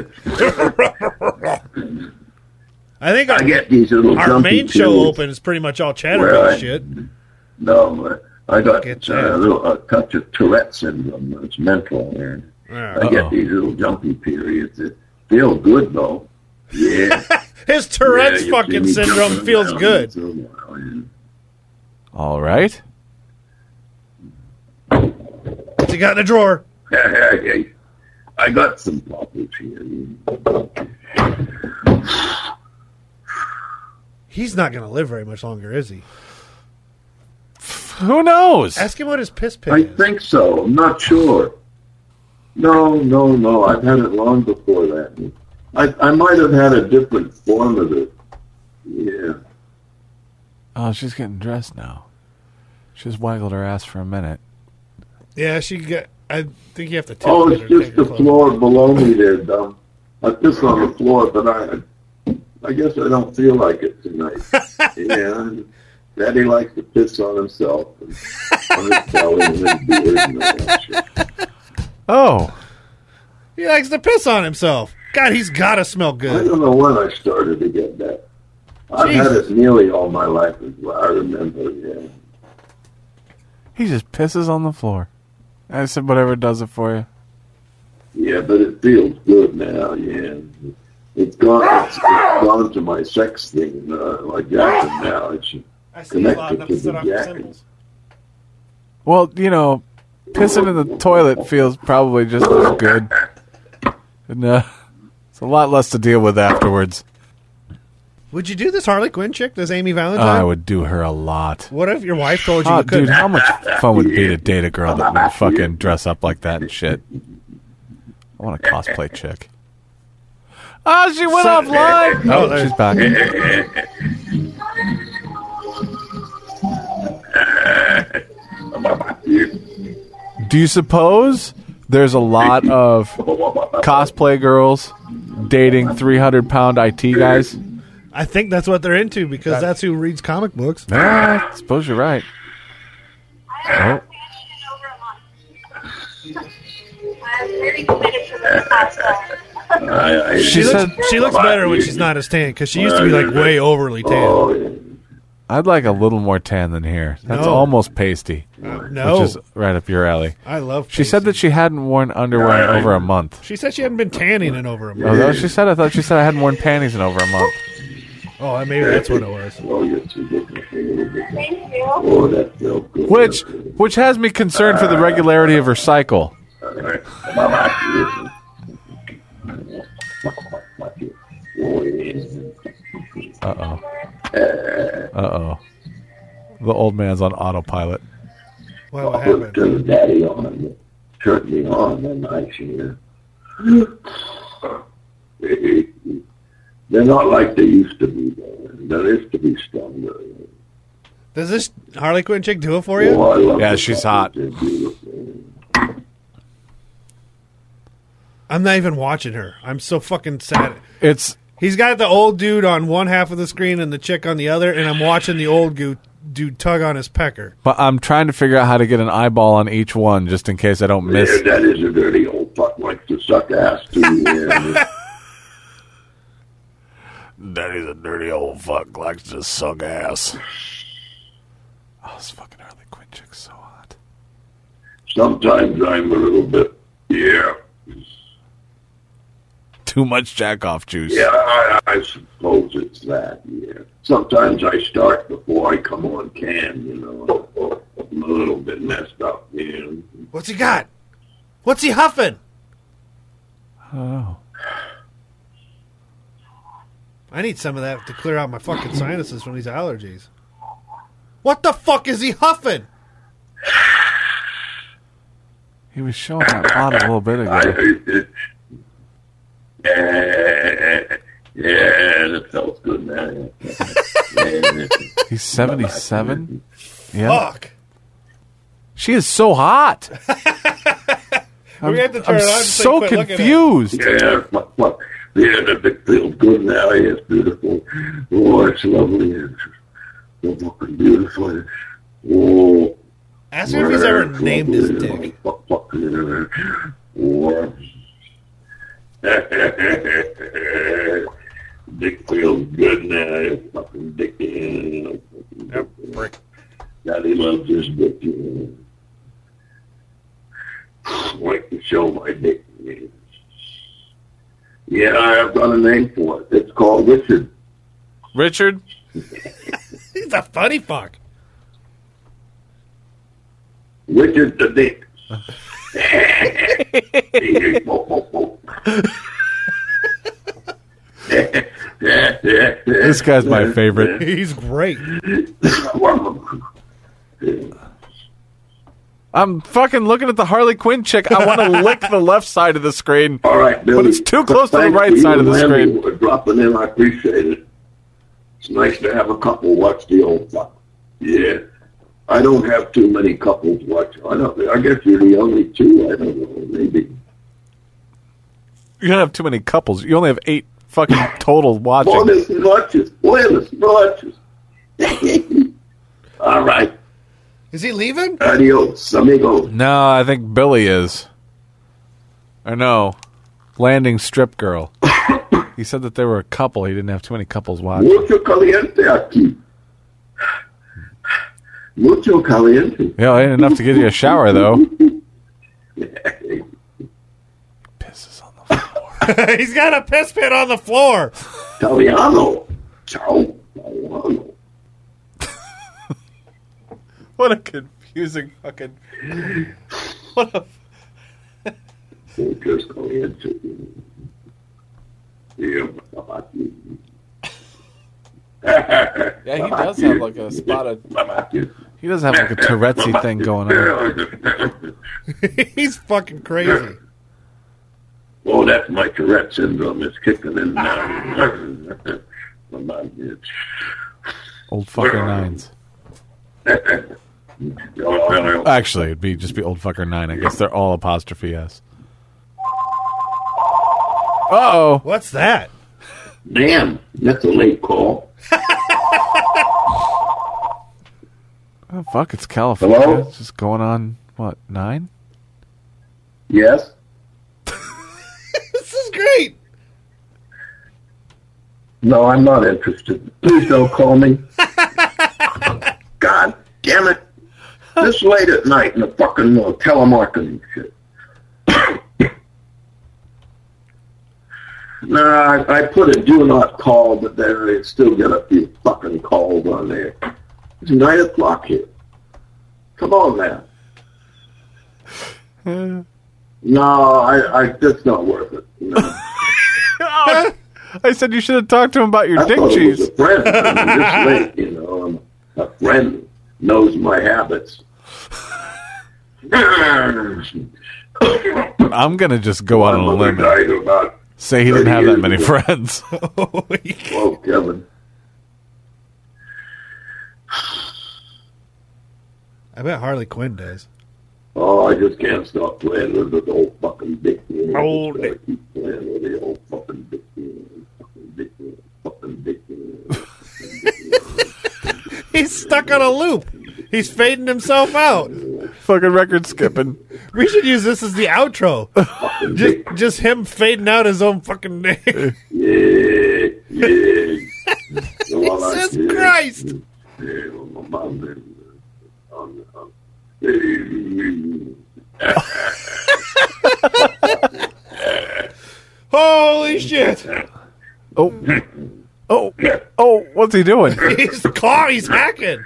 S5: think
S6: I
S5: our,
S6: get these little
S5: our
S6: jumpy
S5: main show
S6: feelings.
S5: open is pretty much all cheddar
S6: Where I-
S5: shit.
S6: No, uh, I got
S5: Get
S6: uh,
S5: that.
S6: a little a touch of Tourette syndrome. It's mental. Man. I
S4: Uh-oh.
S5: [LAUGHS]
S6: get these little jumpy periods. It feel good though. Yeah,
S5: His Tourette's
S6: you'll see
S5: fucking
S6: me
S5: syndrome
S6: jumping
S5: feels
S6: around
S5: good.
S6: once in a while, yeah.
S4: All right.
S5: What's he got in the drawer?
S6: [LAUGHS] I got some poppers here.
S5: He's not going to live very much longer, is he?
S4: Who knows?
S5: Ask him what his piss
S6: I
S5: pig is.
S6: think so. I'm not sure. No, no, no. I've had it long before that. I, I might have had a different form of it. Yeah.
S4: Oh, she's getting dressed now. She's waggled her ass for a minute.
S5: Yeah, she got. I think you have to tip
S6: Oh,
S5: her
S6: it's
S5: to
S6: just
S5: take her
S6: the
S5: clothes.
S6: floor below me there, dumb. I pissed on the floor, but I, I guess I don't feel like it tonight. yeah, Daddy likes to piss on himself and on his belly and his beard and all that shit.
S4: Oh,
S5: He likes to piss on himself. God, he's got to smell
S6: I
S5: good.
S6: don't know when I started to get that. I've had
S5: Jesus.
S6: it nearly all my life. Is what I remember. Yeah.
S4: he just pisses on the floor. I said, whatever does it for you.
S6: Yeah, but it feels good now. Yeah, it's gone. It's, it's gone to my sex thing, uh, my jacket now. It's
S5: I see
S6: connected loud enough to to set the off the jacket. symbols.
S5: symbols.
S4: Well, you know, pissing in the toilet feels probably just as good. And, uh, it's a lot less to deal with afterwards.
S5: Would you do this Harley Quinn chick? Does Amy
S4: Oh,
S5: Valentine?
S4: I
S6: Uh,
S4: would do her a lot.
S5: What if your wife told you
S4: Oh,
S5: you couldn't?
S4: dude, how much fun would it be
S5: [LAUGHS]
S4: to date a girl that would fucking dress up like that and shit? I want a cosplay chick. Oh, she went offline.
S5: Oh,
S4: Oh,
S5: there-
S4: she's back. Do you suppose there's a lot of cosplay girls dating 300 pound IT guys?
S5: I think that's what they're into because that's who reads comic books.
S4: Ah, I suppose you're right.
S7: I I'm very committed to the pasta.
S6: I, I,
S4: She
S5: She looks,
S4: said,
S5: she looks better when she's not as tan because she used to be like way overly tan.
S6: Oh, yeah.
S4: I'd like a little more tan than here. That's
S5: No.
S4: almost pasty,
S5: No,
S4: which is right up your alley.
S5: I love.
S4: She said
S5: pasty.
S4: that she hadn't worn underwear in over a month.
S5: she said she hadn't been tanning in over a
S4: Oh,
S5: month.
S4: that what she said? I thought she said I hadn't worn panties in over a month.
S5: Oh, maybe that's what it was.
S6: Oh, yes, you look like a little bit.
S7: Thank you.
S6: Oh, that felt good.
S4: Which, which has me concerned for the regularity of her cycle. Uh oh. Uh oh. The old man's on autopilot.
S5: Well, what
S6: Put
S5: happened?
S6: the daddy on, turned me on, and I hear. They're not like they used to be. Though. They used to be stronger.
S5: Does this Harley Quinn chick do it for you?
S6: Oh, I love
S4: Yeah,
S6: the
S4: she's hot.
S6: fact that they're beautiful.
S5: I'm not even watching her. I'm so fucking sad.
S4: It's
S5: He's got the old dude on one half of the screen and the chick on the other, and I'm watching the old goo- dude tug on his pecker.
S4: but I'm trying to figure out how to get an eyeball on each one just in case I don't
S6: Yeah,
S4: miss.
S6: that is a dirty old fuck likes to suck ass too. Yeah.
S4: [LAUGHS] Daddy's a dirty old fuck likes to suck ass. Oh, this fucking Harley Quinn chick's so hot.
S6: Sometimes I'm a little bit. Yeah,
S4: Too much jack off juice.
S6: yeah. I, I suppose it's that. Yeah. Sometimes I start before I come on can. You know, I'm a little bit messed up. Yeah.
S5: What's he got? What's he huffing?
S4: Oh.
S5: I need some of that to clear out my fucking sinuses from these allergies. What the fuck is he huffing?
S4: He was showing that pot a little bit
S5: [LAUGHS]
S6: I
S4: ago.
S6: heard it. Yeah, yeah, that felt good, man. Yeah.
S4: He's 77? Yeah.
S5: Fuck.
S4: She is so hot. I'm,
S5: We have to turn
S4: I'm
S5: it on so
S4: so
S5: you quit looking at
S4: confused.
S6: Yeah, fuck, fuck. Yeah, that big feels good now. Yeah, it's beautiful. Oh, it's lovely. It's so fucking beautiful. Oh.
S5: Ask me if he's ever named his dick. [LAUGHS]
S6: Fuck, fuck, yeah. Oh. [LAUGHS] dick feels good now. Fucking dick. yeah. Daddy loves his dick. yeah. Like to show my dick. yeah. Yeah, I've got a name for it. It's called Richard.
S4: Richard?
S5: He's a funny fuck.
S6: Richard the Dick.
S4: This guy's
S6: [LAUGHS]
S4: my favorite.
S5: He's great.
S4: I'm fucking looking at the Harley Quinn chick. I want
S5: [LAUGHS]
S4: to lick the left side of the screen.
S6: All right, Billy.
S4: it's too close to the
S6: Thank
S4: right
S6: you
S4: side of the
S6: and Randy
S4: screen.
S6: for dropping in, I appreciate it. It's nice to have a couple watch the old fuck. Yeah, I don't have too many couples watch. I don't. I guess you're the only two. I don't know. Maybe.
S4: You don't have too many couples. You only have eight fucking total watching.
S6: Bonus watches. Bonus watches. [LAUGHS] All right.
S5: Is he leaving?
S6: Adios, amigos.
S4: No, I think Billy is. Or no, landing strip girl. [COUGHS] he said that there were a couple. He didn't have too many couples watching.
S6: Mucho caliente aquí. Mucho caliente.
S4: Yeah, ain't enough to give you a shower though. Pisses on the floor.
S5: [LAUGHS] He's got a piss pit on the floor. [LAUGHS]
S6: Italiano. Ciao. Italiano.
S4: What a confusing fucking. What a.
S6: Mucho caliente. Yeah, mamaki.
S4: [LAUGHS] Yeah, he does have like a spot of.
S6: Mamaki.
S4: He does have like a Tourette'sy thing going on.
S6: [LAUGHS]
S5: He's fucking crazy.
S6: Oh, that's my Tourette syndrome. It's kicking in now. [LAUGHS] Mamaki.
S4: Old fucker nines. Actually, it'd be just be old fucker nine. I guess they're all apostrophe s. Uh oh.
S5: What's [LAUGHS] that?
S6: [LAUGHS] Damn, that's a late call.
S4: Oh fuck! It's California.
S6: Hello?
S4: It's just going on what nine?
S6: Yes.
S5: [LAUGHS] This is great.
S6: No, I'm not interested. Please don't call
S5: [LAUGHS]
S6: me. God damn it. This late at night in the fucking uh, telemarketing shit. [COUGHS] nah, I, I put a do not call, but there I still get a few fucking calls on there. It's 9 o'clock here. Come on now. no, I, I, that's not worth it.
S5: [LAUGHS]
S6: No.
S4: I said you should have talked to him about your
S6: I
S4: dick
S6: thought it was
S4: cheese.
S6: a friend. I mean, this late, you know, I'm- a friend knows my habits. I'm
S4: I'm gonna just go out on a limb and
S6: died about
S4: say he didn't have that many friends. [LAUGHS]
S6: oh, Kevin.
S5: I bet Harley Quinn does.
S6: Oh, I just can't stop playing with this old fucking dick. You know, I just
S5: Old
S6: gotta
S5: dick.
S6: Keep playing with the old fucking dick. you know, Fucking dick. you know, Fucking dick. you know.
S5: He's stuck on a loop. He's fading himself out.
S4: Fucking record skipping.
S5: We should use this as the outro. Just, just him fading out his own fucking name. [LAUGHS]
S6: Yeah, yeah. So all I
S5: Jesus
S6: did-
S5: Christ.
S6: Yeah, my mom didn't, uh, on- on- Yeah,
S5: Holy shit! [LAUGHS]
S4: Oh, oh, oh! What's he doing?
S5: He's claw. He's hacking.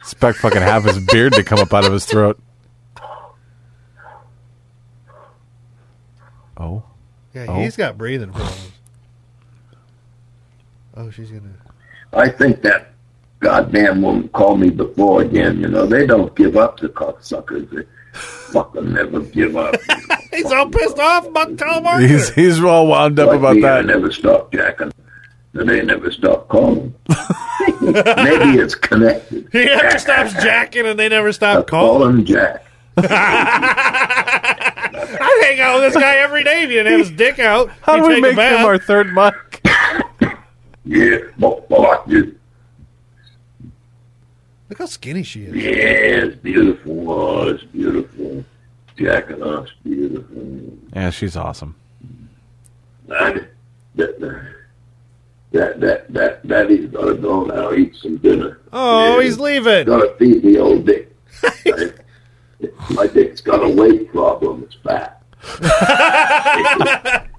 S4: Expect fucking half his beard to come up out of his throat. Oh,
S5: Yeah,
S4: Oh.
S5: he's got breathing problems. Oh, she's gonna.
S6: I think that goddamn woman called me before again. You know, they don't give up, the cocksuckers. They fucking never give up.
S5: He's all pissed off about the telemarketer.
S4: he's he's all wound up
S6: Like
S4: about
S6: me, I
S4: that.
S6: never stop jacking. And they never stop calling. Maybe it's connected.
S5: [LAUGHS] He never stops jacking, and they never
S6: I
S5: stop
S6: call
S5: calling.
S6: him Jack.
S5: I hang out with this guy every day. If he didn't have his dick out,
S4: How
S5: he'd
S4: do we
S5: take a
S4: make
S5: bath.
S4: him our third mic?
S6: Yeah, well, well, I do.
S5: Look how skinny she is.
S6: Yes, beautiful. Oh, it's beautiful. Jack and us, beautiful.
S4: Yeah, she's awesome.
S6: I, that, that, that, that, that he's gotta go now eat some dinner.
S5: Oh,
S6: Yeah,
S5: he's leaving.
S6: gotta feed the old
S5: [LAUGHS]
S6: dick. I,
S5: [LAUGHS]
S6: my dick's got a weight problem. It's fat.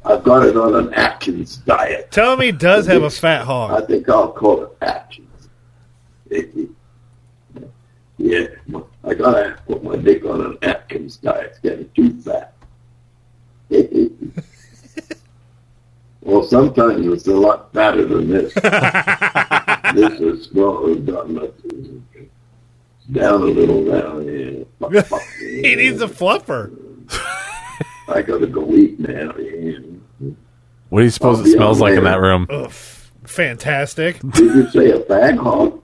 S6: I've got it on an Atkins diet.
S5: Tell him he does have a fat
S6: I
S5: hog.
S6: think I'll call it Atkins. Yeah, I gotta put my dick on an Atkins diet. It's getting too fat. [LAUGHS] well, sometimes it's a lot fatter
S5: [LAUGHS]
S6: than this. this is well, we've gotten up to- down a little now. Yeah. Fuck, fuck,
S5: [LAUGHS] He needs a fluffer.
S6: I gotta go eat now. Yeah.
S4: What do you suppose it smells like in that room?
S5: Ugh, fantastic.
S6: Did you say a fag hog?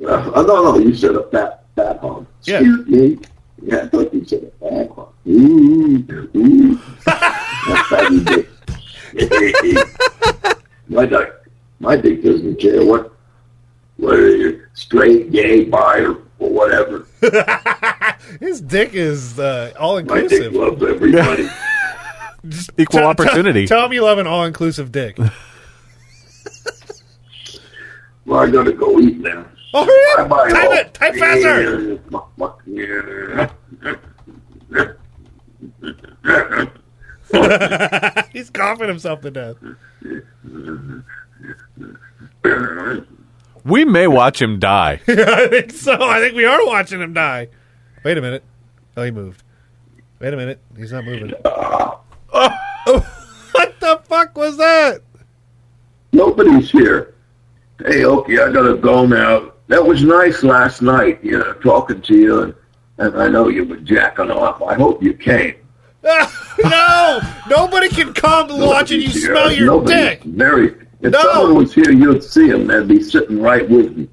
S6: Uh, oh, no, no, you said a fat fat hog.
S5: Yeah.
S6: Excuse me. Yeah, I thought you said a fag hog. Ooh, ooh. That fatty dick. [LAUGHS] my dick, my dick doesn't care what, whether you're straight, gay, bi, or, or whatever.
S5: His dick is uh, all
S6: My dick
S5: inclusive. [LAUGHS]
S6: loves everybody.
S4: Equal opportunity.
S5: Tell him you love an all inclusive dick.
S6: well, I gotta go eat now.
S5: Oh, hurry
S6: Bye
S5: up!
S6: bye.
S5: Type it! Type faster! [LAUGHS] He's coughing himself to death. [LAUGHS]
S4: We may watch him die.
S5: I think so. I think we are watching him die. Wait a minute. Oh, he moved. Wait a minute. He's
S4: [LAUGHS]
S5: not moving. [LAUGHS] what the fuck was that? [LAUGHS]
S6: Nobody's here. Hey, okay, I gotta go now. That was nice last night, you know, talking to you, and, and I know you were jacking off. I hope you came.
S5: Ah, no! Nobody can come watching you
S6: Nobody's here.
S5: smell your
S6: Nobody's
S5: dick.
S6: Very. If
S5: No.
S6: someone was here, you'd see him. They'd be sitting right with me,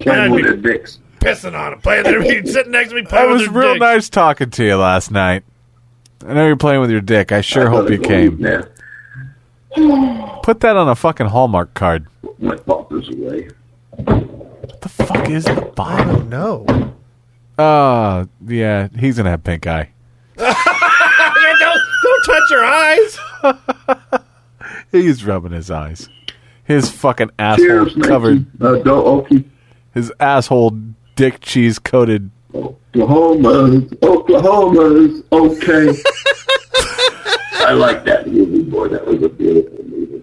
S6: playing with
S5: be-
S6: their dicks.
S5: Pissing on him, playing their
S4: [LAUGHS]
S5: he's sitting next to me.
S4: It
S5: Playing
S4: was
S5: with their
S4: real
S5: dick.
S4: nice talking to you last night. I know you're playing with your dick. I sure
S6: I
S4: hope
S6: gotta
S4: you
S6: go eat
S4: came.
S6: Now.
S4: Put that on a fucking Hallmark card.
S6: My father's away.
S4: What the fuck is the
S5: I
S4: bottom?
S5: don't know. I
S4: Uh, yeah, he's gonna have pink eye.
S5: mean, don't, don't touch your eyes.
S4: He's rubbing his eyes. His fucking asshole
S6: Cheers, Mikey.
S4: covered.
S6: Uh, do okay.
S4: His asshole dick cheese coated.
S6: Oklahoma's, Oklahoma's
S5: [LAUGHS]
S6: okay. I like that movie, boy. That was a beautiful movie.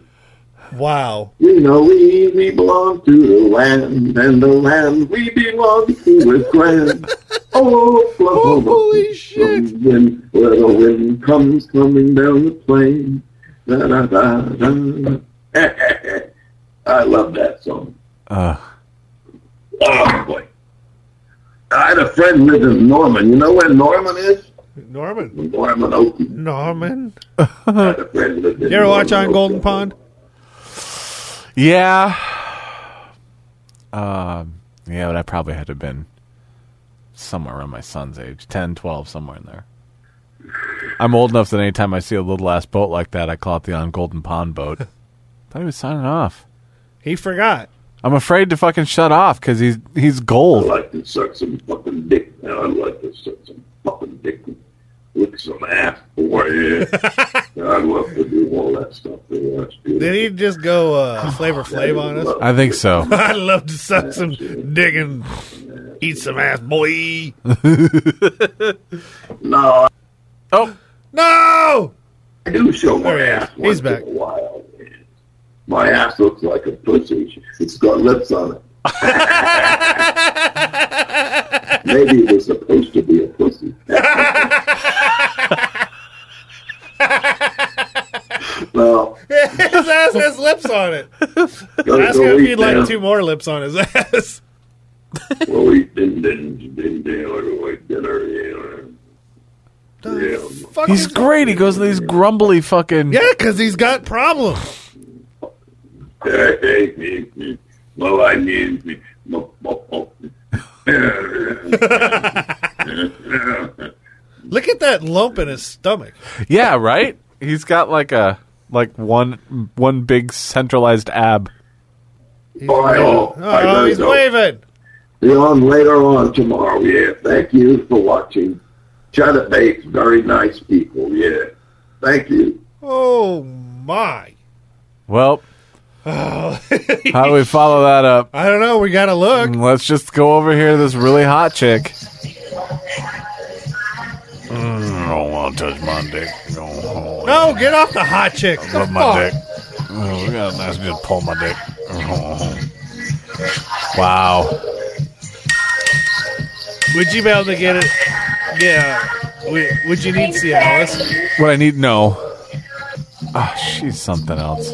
S5: Wow.
S6: You know, we, we belong to the land, and the land we belong to is
S5: [LAUGHS]
S6: grand. Oh, Oklahoma.
S5: Holy shit.
S6: When, where the wind comes coming down the plain. Da, da, da, da. Eh, I love that song.
S4: Uh,
S6: Oh, boy. I had a friend lived in Norman. You know where Norman is?
S5: Norman.
S6: Norman Oakley.
S5: Norman.
S6: I had a friend lived in
S5: You ever watch
S6: Norman,
S5: on Golden
S6: Oklahoma.
S5: Pond?
S4: yeah. Um, yeah, but I probably had to have been somewhere around my son's age 10, 12, somewhere in there. I'm old enough that anytime I see a little ass boat like that, I call it the on Golden Pond boat. Thought he was signing off.
S5: He forgot.
S4: I'm afraid to fucking shut off because he's he's gold.
S6: I like to suck some fucking dick. man. I like to suck some fucking dick. and Lick some ass.
S5: [LAUGHS]
S6: Boy, yeah. I love to do all that stuff. man. That's beautiful.
S5: Did he just go uh, Flavor Flav on us?
S4: I think so.
S5: [LAUGHS] I'd love to suck some dick and eat some ass, boy.
S6: No,
S4: Oh,
S5: No! [LAUGHS]
S6: I do show my
S5: There he is.
S6: ass
S5: He's
S6: once
S5: back.
S6: in a while. man. My ass looks like a pussy. It's got
S5: [LAUGHS]
S6: lips on it. Maybe it was supposed to be a pussy.
S5: [LAUGHS]
S6: well,
S5: His ass has lips on it.
S6: gotta
S5: Ask
S6: go
S5: him if
S6: eat
S5: he'd like
S6: now.
S5: two more lips on his [LAUGHS] ass.
S6: Well, we didn't didn't didn't do it. dinner. Yeah, yeah.
S4: [LAUGHS]
S5: Fuck
S4: he's
S5: is-
S4: great. He goes to these grumbly fucking.
S5: Yeah, because he's got problems.
S6: Well, I mean,
S5: Look at that lump in his stomach.
S4: Yeah, right. He's got like a like one one big centralized ab.
S6: Boyle.
S5: Oh, he's waving.
S6: Be on later on tomorrow. Yeah, thank you for watching. China Bates, very nice people. Yeah, thank you.
S5: Oh, my.
S4: [LAUGHS] Well, how do we follow that up?
S5: I don't know. We got to look.
S4: Let's just go over here. to This really hot chick. Mm, Don't touch my dick. Don't hold
S5: No, get off the hot chick.
S4: Rub
S5: The
S4: my
S5: fuck?
S4: dick. Oh, we got a nice just pull my dick. Oh. Wow.
S5: Would you be able to get it? Yeah. Would, would you need Cialis?
S4: What I need? No. Ah, she's something else.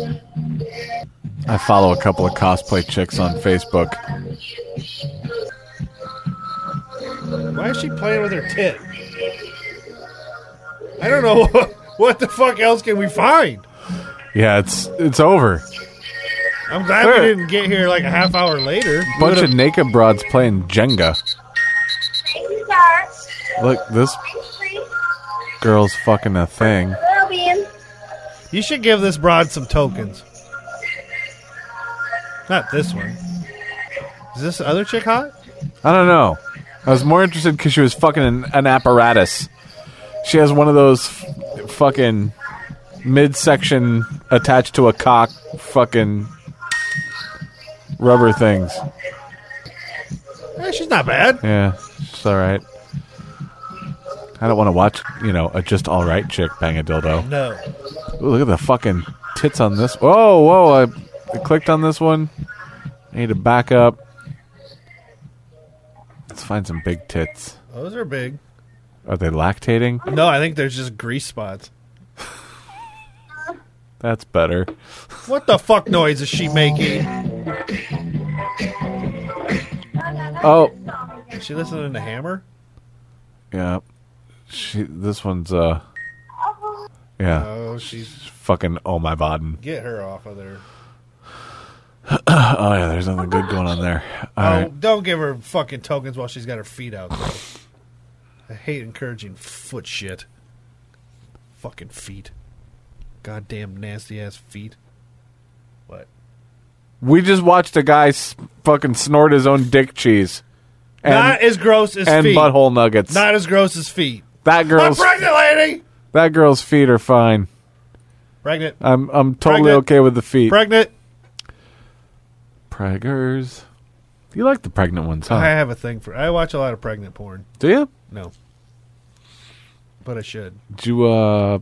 S4: I follow a couple of cosplay chicks on Facebook.
S5: Why is she playing with her tit? I don't know. [LAUGHS] What the fuck else can we find?
S4: Yeah, it's it's over.
S5: I'm glad
S4: Where?
S5: we didn't get here like a half hour later.
S4: Bunch of naked broads playing Jenga.
S7: Thank you, guys.
S4: Look, this
S7: Please,
S4: girl's fucking a thing.
S7: Robin.
S5: You should give this broad some tokens. Not this one. Is this other chick hot?
S4: I don't know. I was more interested because she was fucking an, an apparatus. She has one of those f- fucking midsection attached to a cock fucking rubber things.
S5: Eh, she's not bad.
S4: Yeah, it's all right. I don't want to watch, you know, a just all right chick bang a dildo.
S5: No.
S4: Ooh, look at the fucking tits on this. Whoa, whoa! I clicked on this one. I need to back up. Let's find some big tits.
S5: Those are big.
S4: Are they lactating?
S5: No, I think there's just grease spots.
S4: That's better.
S5: What the fuck noise is she making?
S4: Oh,
S5: Is she listening to Hammer?
S4: yeah. She. This one's uh. Yeah.
S5: Oh, she's
S4: Fucking oh my bodden.
S5: get her off of there.
S4: Oh yeah. There's nothing good going on there. All
S5: Oh,
S4: right.
S5: don't give her fucking tokens while she's got her feet out. Though. I hate encouraging foot shit. Fucking feet. Goddamn nasty ass feet. What?
S4: We just watched a guy s- fucking snort his own dick cheese. And,
S5: Not as gross as
S4: and
S5: feet.
S4: butthole nuggets.
S5: Not as gross as feet.
S4: that
S5: I'm
S4: girl's
S5: pregnant, lady.
S4: that girl's feet are fine.
S5: Pregnant.
S4: I'm I'm totally
S5: Pregnant.
S4: okay with the feet.
S5: Pregnant.
S4: Preggers. You like the pregnant ones, huh?
S5: I have a thing for. I watch a lot of pregnant porn.
S4: Do you?
S5: No. But I should.
S4: Did you uh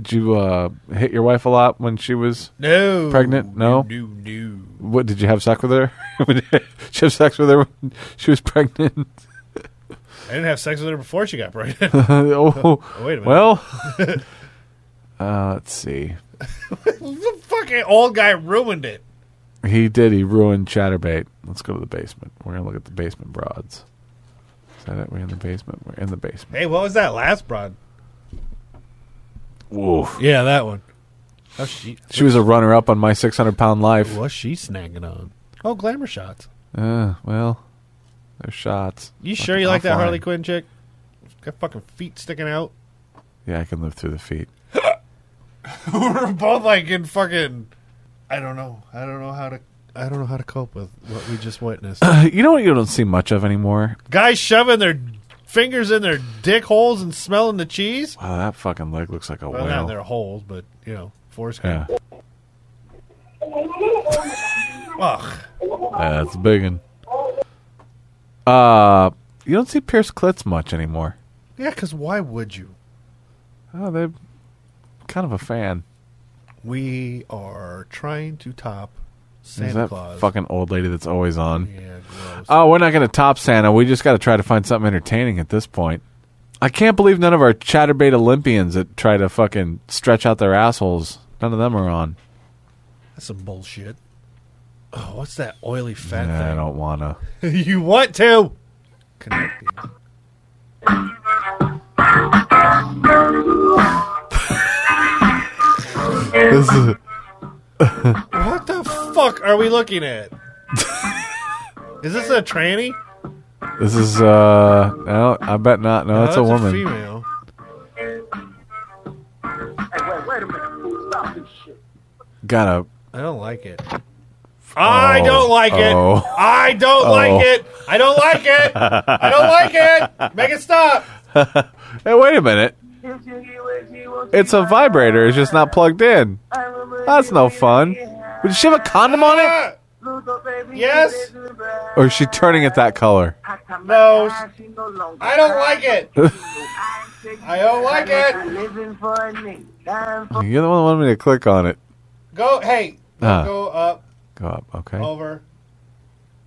S4: did you uh hit your wife a lot when she was
S5: No.
S4: Pregnant? No?
S5: No. No.
S4: what did you have sex with her? [LAUGHS] Did you have sex with her when she was pregnant? [LAUGHS]
S5: I didn't have sex with her before she got pregnant.
S4: oh,
S5: wait a minute. [LAUGHS]
S4: Well, uh, let's see.
S5: the fucking old guy ruined it.
S4: He did. He ruined Chatterbait. Let's go to the basement. We're gonna look at the basement broads. Is that it? We're in the basement. We're in the basement.
S5: Hey, what was that last broad?
S4: Woof.
S5: Yeah, that one. Oh, she
S4: She was a runner-up on my 600-pound life.
S5: what's she snagging on? Oh, glamour shots.
S4: Uh, well, they're shots.
S5: You sure you like that
S4: offline.
S5: Harley Quinn chick? Got fucking feet sticking out.
S4: Yeah, I can live through the feet.
S5: [LAUGHS]
S4: [CLEARS THROAT]
S5: We're both like in fucking. I don't know. I don't know how to. I don't know how to cope with what we just witnessed.
S4: You know what you don't see much of anymore?
S5: [COUGHS] Guys shoving their fingers in their dick holes and smelling the cheese.
S4: Wow, that fucking leg looks like a
S5: Well, not in their
S4: whale.
S5: holes, but you know, foreskin.
S4: Yeah,
S5: Ugh.
S4: Yeah, that's a big one. Uh, you don't see Pierce Clits much anymore.
S5: Yeah, because why would you?
S4: Oh, they're kind of a fan.
S5: We are trying to top Santa
S4: Is that
S5: Claus. uh,
S4: fucking old lady that's always on?
S5: yeah, gross.
S4: Oh, we're not going to top Santa. We just got to try to find something entertaining at this point. I can't believe none of our chatterbait Olympians that try to fucking stretch out their assholes. None of them are on.
S5: That's some bullshit. Oh, what's that oily fat
S4: I
S5: thing?
S4: don't want to.
S5: [LAUGHS] you want to? Connecting.
S4: This is
S5: What the fuck are we looking at? is this a tranny?
S4: this is uh no, I bet not. No,
S5: No,
S4: it's a woman.
S5: Oh, female.
S4: Got a
S5: I don't like it. I don't like it.
S4: Oh.
S5: I don't
S4: Oh.
S5: like it. I don't like it. I don't like it. Make it stop.
S4: Hey, wait a minute. It's a vibrator. It's just not plugged in. That's no fun. Would she have a condom on it?
S5: Yes.
S4: Or is she turning it that color? [LAUGHS]
S5: No. I don't like it. I don't like it.
S8: Living for me, dying for
S4: You're the one who wanted me to click on it.
S5: Go, hey,
S4: Ah.
S5: go up,
S4: Go up, okay.
S5: over,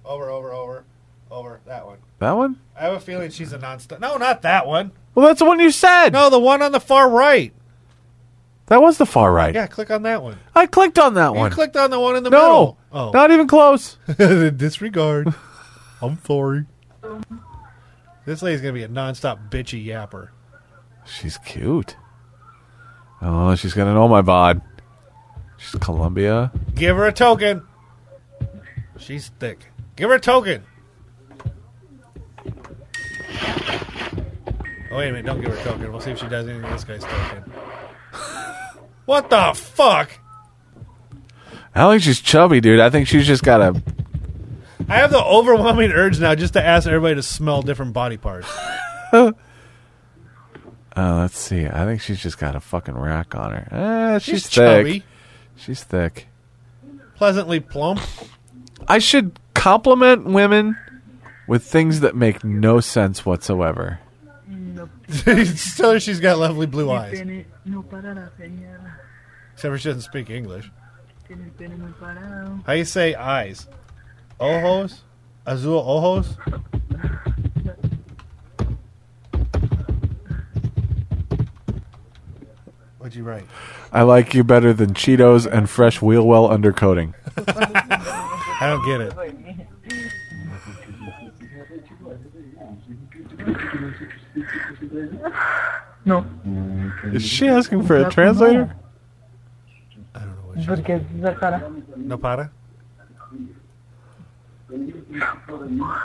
S5: over, over, over, over. That one.
S4: That one?
S5: I have a feeling she's a non-star. No, not that one.
S4: Well, that's the one you said.
S5: No, the one on the far right.
S4: That was the far right.
S5: Yeah, click on that one.
S4: I clicked on that one.
S5: You clicked on the one in the
S4: no,
S5: middle. Oh.
S4: not even close. [LAUGHS]
S5: [LAUGHS] Disregard. I'm sorry. This lady's gonna be a nonstop bitchy yapper.
S4: She's cute. Oh, she's got an oh my bod. She's Columbia.
S5: Give her a token. She's thick. Give her a token. Oh wait a minute! Don't give her a token. We'll see if she does anything with this guy's token. [LAUGHS] what the fuck?
S4: I don't think she's chubby, dude. I think she's just got a.
S5: I have the overwhelming urge now just to ask everybody to smell different body parts.
S4: Uh, let's see. I think she's just got a fucking rack on her. Eh, she's,
S5: She's
S4: thick.
S5: chubby,
S4: She's thick.
S5: pleasantly plump. [LAUGHS]
S4: I should compliment women with things that make no sense whatsoever.
S5: Still, she's got lovely blue eyes.
S8: Tiene, no para la señal.
S5: Except for she doesn't speak English.
S8: Tiene el pene muy parado.
S5: How you say eyes? Ojos? Azul ojos? What'd you write?
S4: I like you better than Cheetos and fresh wheel well undercoating.
S5: I don't get it.
S8: No,
S4: Is she asking for a translator?
S5: I don't know what you
S8: porque es la cara.
S5: No para?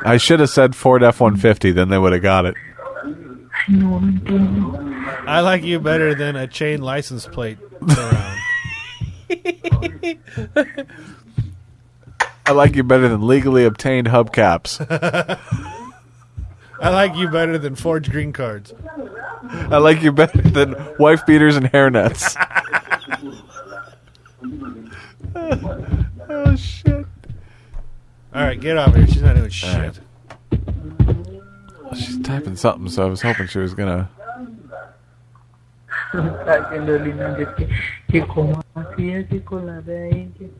S4: I should have said Ford F one fifty, then they would have got it.
S8: Ay, no, no entiendo.
S5: I like you better than a chain license plate around.
S4: I like you better than legally obtained [LAUGHS] hubcaps.
S5: I like you better than forged green cards.
S4: I like you better than wife beaters and hairnets. [LAUGHS] oh shit.
S5: All right, get off here. She's not doing shit.
S4: right. She's typing something, so I was hoping she was gonna
S8: Está haciendo lindo, es que, que como así es, que con la de ahí, que-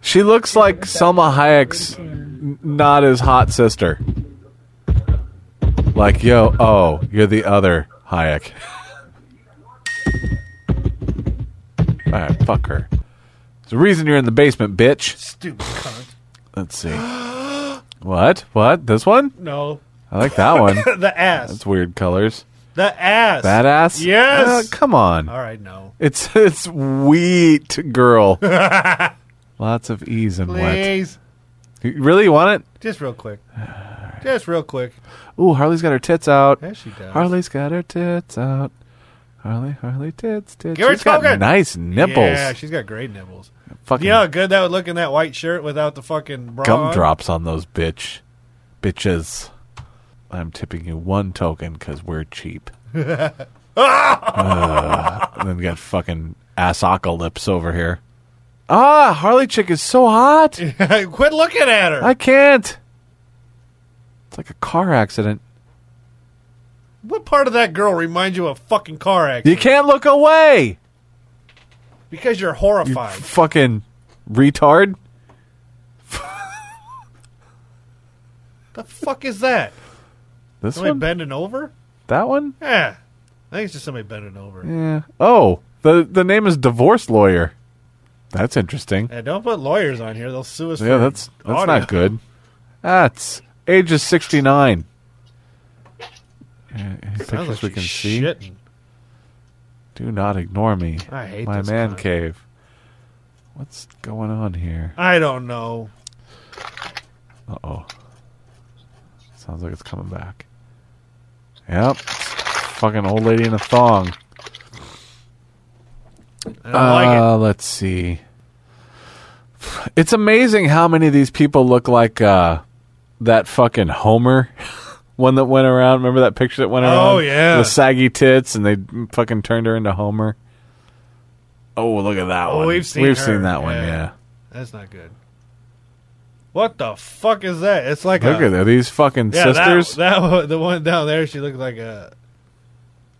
S4: She looks like Selma Hayek's n- not as hot sister. Like, yo, oh, you're the other Hayek. [LAUGHS] Alright, fuck her. There's a reason you're in the basement, bitch.
S5: Stupid cunt.
S4: Let's see. What? What? This one?
S5: No. [LAUGHS]
S4: I like that one.
S5: the ass.
S4: That's weird colors.
S5: The ass.
S4: Badass?
S5: Yes.
S4: Uh, come on.
S5: All right, no.
S4: It's it's wheat
S5: [LAUGHS]
S4: girl. Lots of E's and wet.
S5: Please.
S4: You really want it?
S5: Just real
S4: [SIGHS]
S5: quick. Just real quick.
S4: Ooh, Harley's got her tits out.
S5: Yes, she does.
S4: Harley's got her tits out. Harley, Harley tits, tits.
S5: Give her
S4: She's got
S5: token.
S4: nice nipples.
S5: Yeah, she's got great nipples.
S4: Fucking
S5: You know how good that would look in that white shirt without the fucking bra. on?
S4: gumdrops on those bitch, bitches. I'm tipping you one token because we're cheap. Ugh. And then we got fucking assocalypse over here. Ah, Harley chick is so hot.
S5: [LAUGHS] Quit looking at her.
S4: I can't. It's like a car accident.
S5: what part of that girl reminds you of a fucking car
S4: You
S5: accident?
S4: can't look away.
S5: because you're
S4: You
S5: horrified.
S4: fucking retard.
S5: the fuck
S4: [LAUGHS]
S5: is that?
S4: This
S5: Somebody
S4: one?
S5: bending over?
S4: that one?
S5: Yeah. I think it's just somebody bending over.
S4: Yeah. Oh, the the name is divorce lawyer. That's interesting.
S5: Yeah, don't put lawyers on here. They'll sue us.
S4: Yeah,
S5: for
S4: that's that's
S5: audio.
S4: not good. That's age is sixty nine.
S5: Sounds
S4: Pictures
S5: like
S4: we can
S5: she's
S4: see.
S5: shitting.
S4: Do not ignore me.
S5: I hate
S4: my
S5: this
S4: man
S5: guy.
S4: cave. What's going on here?
S5: I don't know.
S4: Uh oh. Sounds like it's coming back. Yep. Fucking old lady in a thong.
S5: I don't like
S4: Uh, Let's see. It's amazing how many of these people look like uh, that fucking Homer [LAUGHS] one that went around. Remember that picture that went around?
S5: Oh, yeah.
S4: The saggy tits, and they fucking turned her into Homer. Oh, look at that
S5: Oh,
S4: one.
S5: we've seen
S4: We've
S5: her,
S4: seen that one,
S5: yeah.
S4: yeah.
S5: it. That's not good. What the fuck is that? It's like
S4: Look
S5: a,
S4: at that. These fucking
S5: Yeah,
S4: sisters.
S5: That, that one- the one down there, she looked like a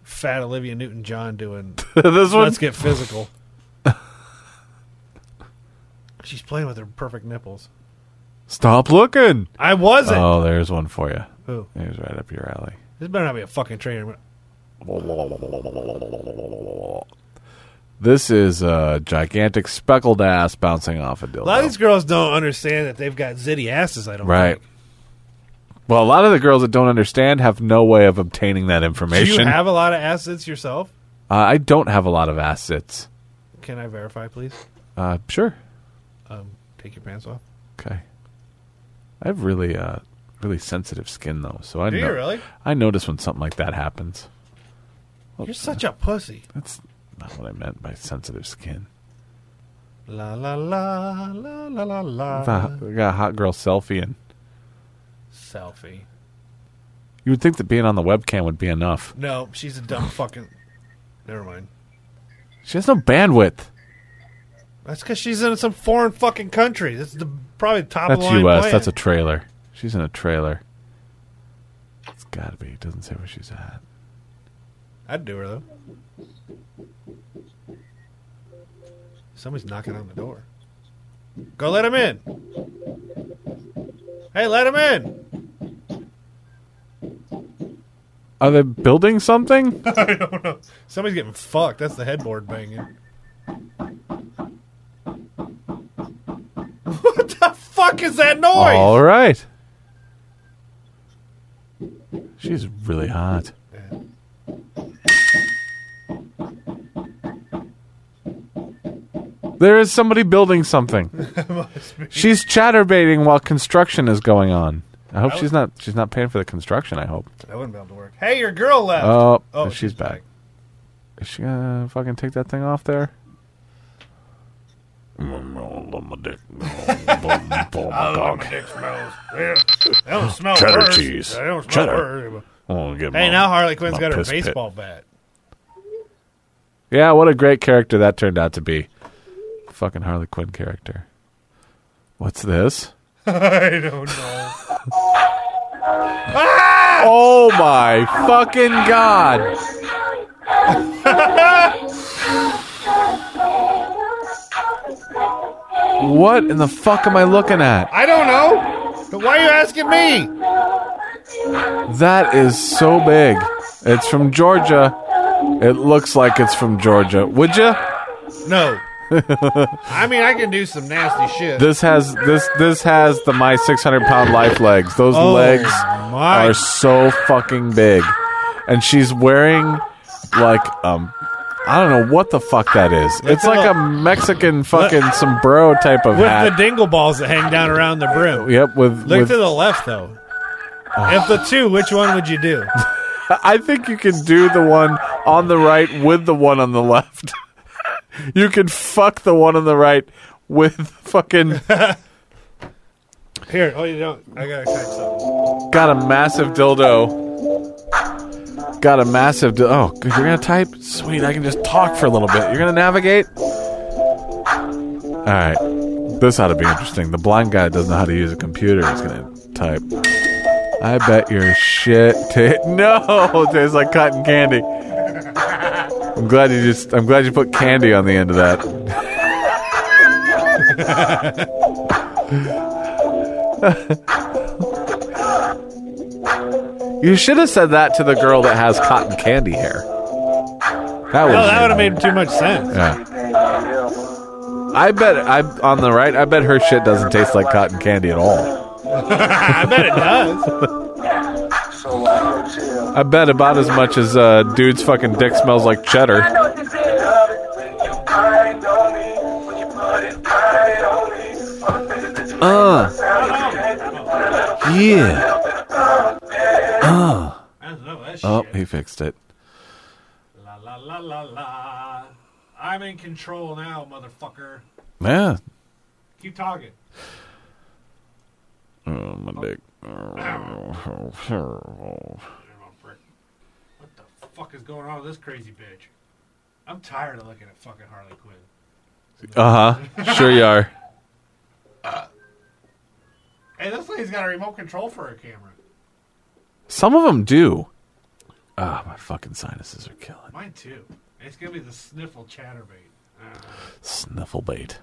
S5: fat Olivia Newton John
S4: [LAUGHS]
S5: doing
S4: this one.
S5: Let's Get Physical. She's playing with her perfect nipples.
S4: Stop looking.
S5: I wasn't.
S4: Oh, there's one for you.
S5: Who?
S4: There's right up your alley.
S5: This better not be a fucking trainer.
S4: This is a gigantic speckled ass bouncing off a dildo.
S5: A lot of these girls don't understand that they've got zitty asses. I don't
S4: right.
S5: think.
S4: Well, a lot of the girls that don't understand have no way of obtaining that
S5: Do you
S4: information.
S5: have a lot of assets yourself?
S4: uh, I don't have a lot of assets.
S5: Can I verify, please?
S4: Uh, sure.
S5: Um, take your pants off.
S4: Okay. I have really, uh, really sensitive skin though, so I
S5: Do
S4: know.
S5: you really?
S4: I notice when something like that happens. Oh.
S5: You're such a pussy.
S4: That's not what I meant by sensitive skin.
S5: La la la la la la
S4: I
S5: la.
S4: got a- I got a hot girl selfie, and
S5: Selfie.
S4: you would think that being on the webcam would be enough.
S5: No, she's a dumb fucking. Never mind.
S4: She has no bandwidth.
S5: That's because she's in some foreign fucking country. That's the probably the top. of
S4: That's
S5: the line
S4: U.S.
S5: plan.
S4: That's a trailer. She's in a trailer. It's gotta be. It doesn't say where she's at.
S5: I'd do her though. Somebody's knocking on the door. Go let him in. Hey, let him in.
S4: Are they building something?
S5: I don't know. Somebody's getting fucked. That's the headboard banging. [LAUGHS] What the fuck is that noise?
S4: All right. She's really hot. There is somebody building something. She's chatterbaiting while construction is going on. I hope she's not she's not paying for the construction, I hope.
S5: I wouldn't be able to work. Hey, your girl left.
S4: Oh,
S5: Oh,
S4: she's,
S5: she's
S4: back.
S5: back.
S4: Is she gonna fucking take that thing off
S5: [LAUGHS]
S4: there?
S5: I don't smell
S1: Cheddar
S5: hers.
S1: cheese.
S5: I don't smell
S1: Cheddar.
S5: hers.
S1: Oh, get
S5: Hey,
S1: my-
S5: now Harley Quinn's
S1: my
S5: got her
S1: piss pit.
S5: baseball bat. [LAUGHS]
S4: Yeah, what a great character that turned out to be. Fucking Harley Quinn character. What's this?
S5: I don't know.
S4: Oh my fucking god. What in the fuck am I looking at?
S5: I don't know. But why are you asking me?
S4: That is so big. It's from Georgia. It looks like it's from Georgia. Would ya?
S1: [LAUGHS]
S5: No. I mean, I can do some nasty shit.
S4: This has this this has the my 600 pound life legs. Those
S5: Oh
S4: legs
S5: my.
S4: are so fucking big, and she's wearing like um I don't know what the fuck that is. it's
S5: it
S4: like
S5: up.
S4: a Mexican fucking sombrero type of
S5: with the
S4: hat.
S5: dingle balls that hang down around the brim.
S4: yep, with,
S5: Look
S4: with
S5: to the left, though.
S1: Oh.
S5: If the two, which one would you
S1: [LAUGHS]
S5: do?
S4: I think you can do the one on the right with the one on the left. [LAUGHS] you can fuck the one on the right with [LAUGHS] fucking
S5: Here, oh, you don't. I gotta type something.
S4: Got a massive dildo. Got a massive. Di- oh, you're gonna type. Sweet, I can just talk for a little bit. You're gonna navigate. All right, this ought to be interesting. The blind guy doesn't know how to use a computer. He's gonna type. I bet your shit. [LAUGHS] ta- no, [LAUGHS] tastes like cotton candy. [LAUGHS] I'm glad you just. I'm glad you put candy on the end of that. [LAUGHS] You should have said that to the girl that has cotton candy hair. That
S5: No,
S4: was.
S5: Oh, that would have made too much sense. [LAUGHS]
S4: Yeah. I bet I on the right. I bet her shit doesn't taste like cotton candy at all.
S5: I bet it
S1: Oh.
S5: does.
S4: I bet about as much as uh, dude's fucking dick smells like cheddar. Uh. Yeah.
S5: I don't know that shit.
S4: Oh, he fixed it.
S5: La la la la la. I'm in control now, motherfucker.
S4: Yeah.
S5: Keep talking.
S4: Oh my dick.
S5: You're a prick. What the fuck is going on with this crazy bitch? I'm tired of looking at fucking Harley Quinn.
S4: Uh huh. Sure you are.
S5: Hey, this lady's got a remote control for her camera.
S4: Some of them do. Ah, my fucking sinuses are killing.
S5: Mine too. It's gonna be the sniffle chatterbait.
S4: Sniffle bait.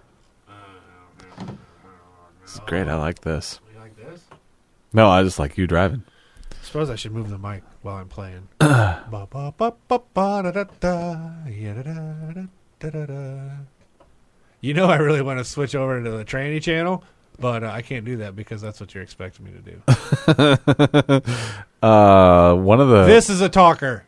S4: It's great. I like this.
S5: Uh, You like this?
S4: No, I just like you driving.
S5: Suppose I should move the mic while I'm [CLEARS THROAT] playing. Ba ba ba ba ba da da da yeah, da da da da da da. You know, I really want to switch over to the tranny channel, but uh, I can't do that because that's what you're expecting me to [LAUGHS] do.
S4: Uh, one of the
S5: this is a talker.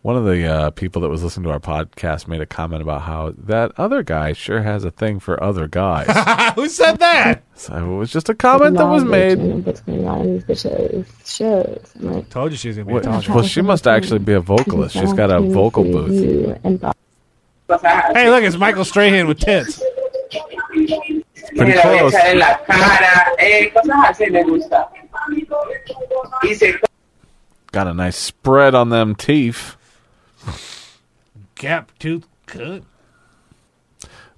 S4: one of the uh, people that was listening to our podcast made a comment about how that other guy sure has a thing for other guys.
S5: Who said that?
S4: so it was just a comment that was made.
S9: Between a lot of these bitches, shows. I'm like,
S5: Told you she was gonna be a
S4: What-
S5: talker.
S4: Well, she must actually be a vocalist. She's got a vocal booth.
S9: You and Bob
S5: Hey, look, it's Michael Strahan with tits.
S4: Pretty close. Got a nice spread on them teeth.
S5: Gap tooth cut.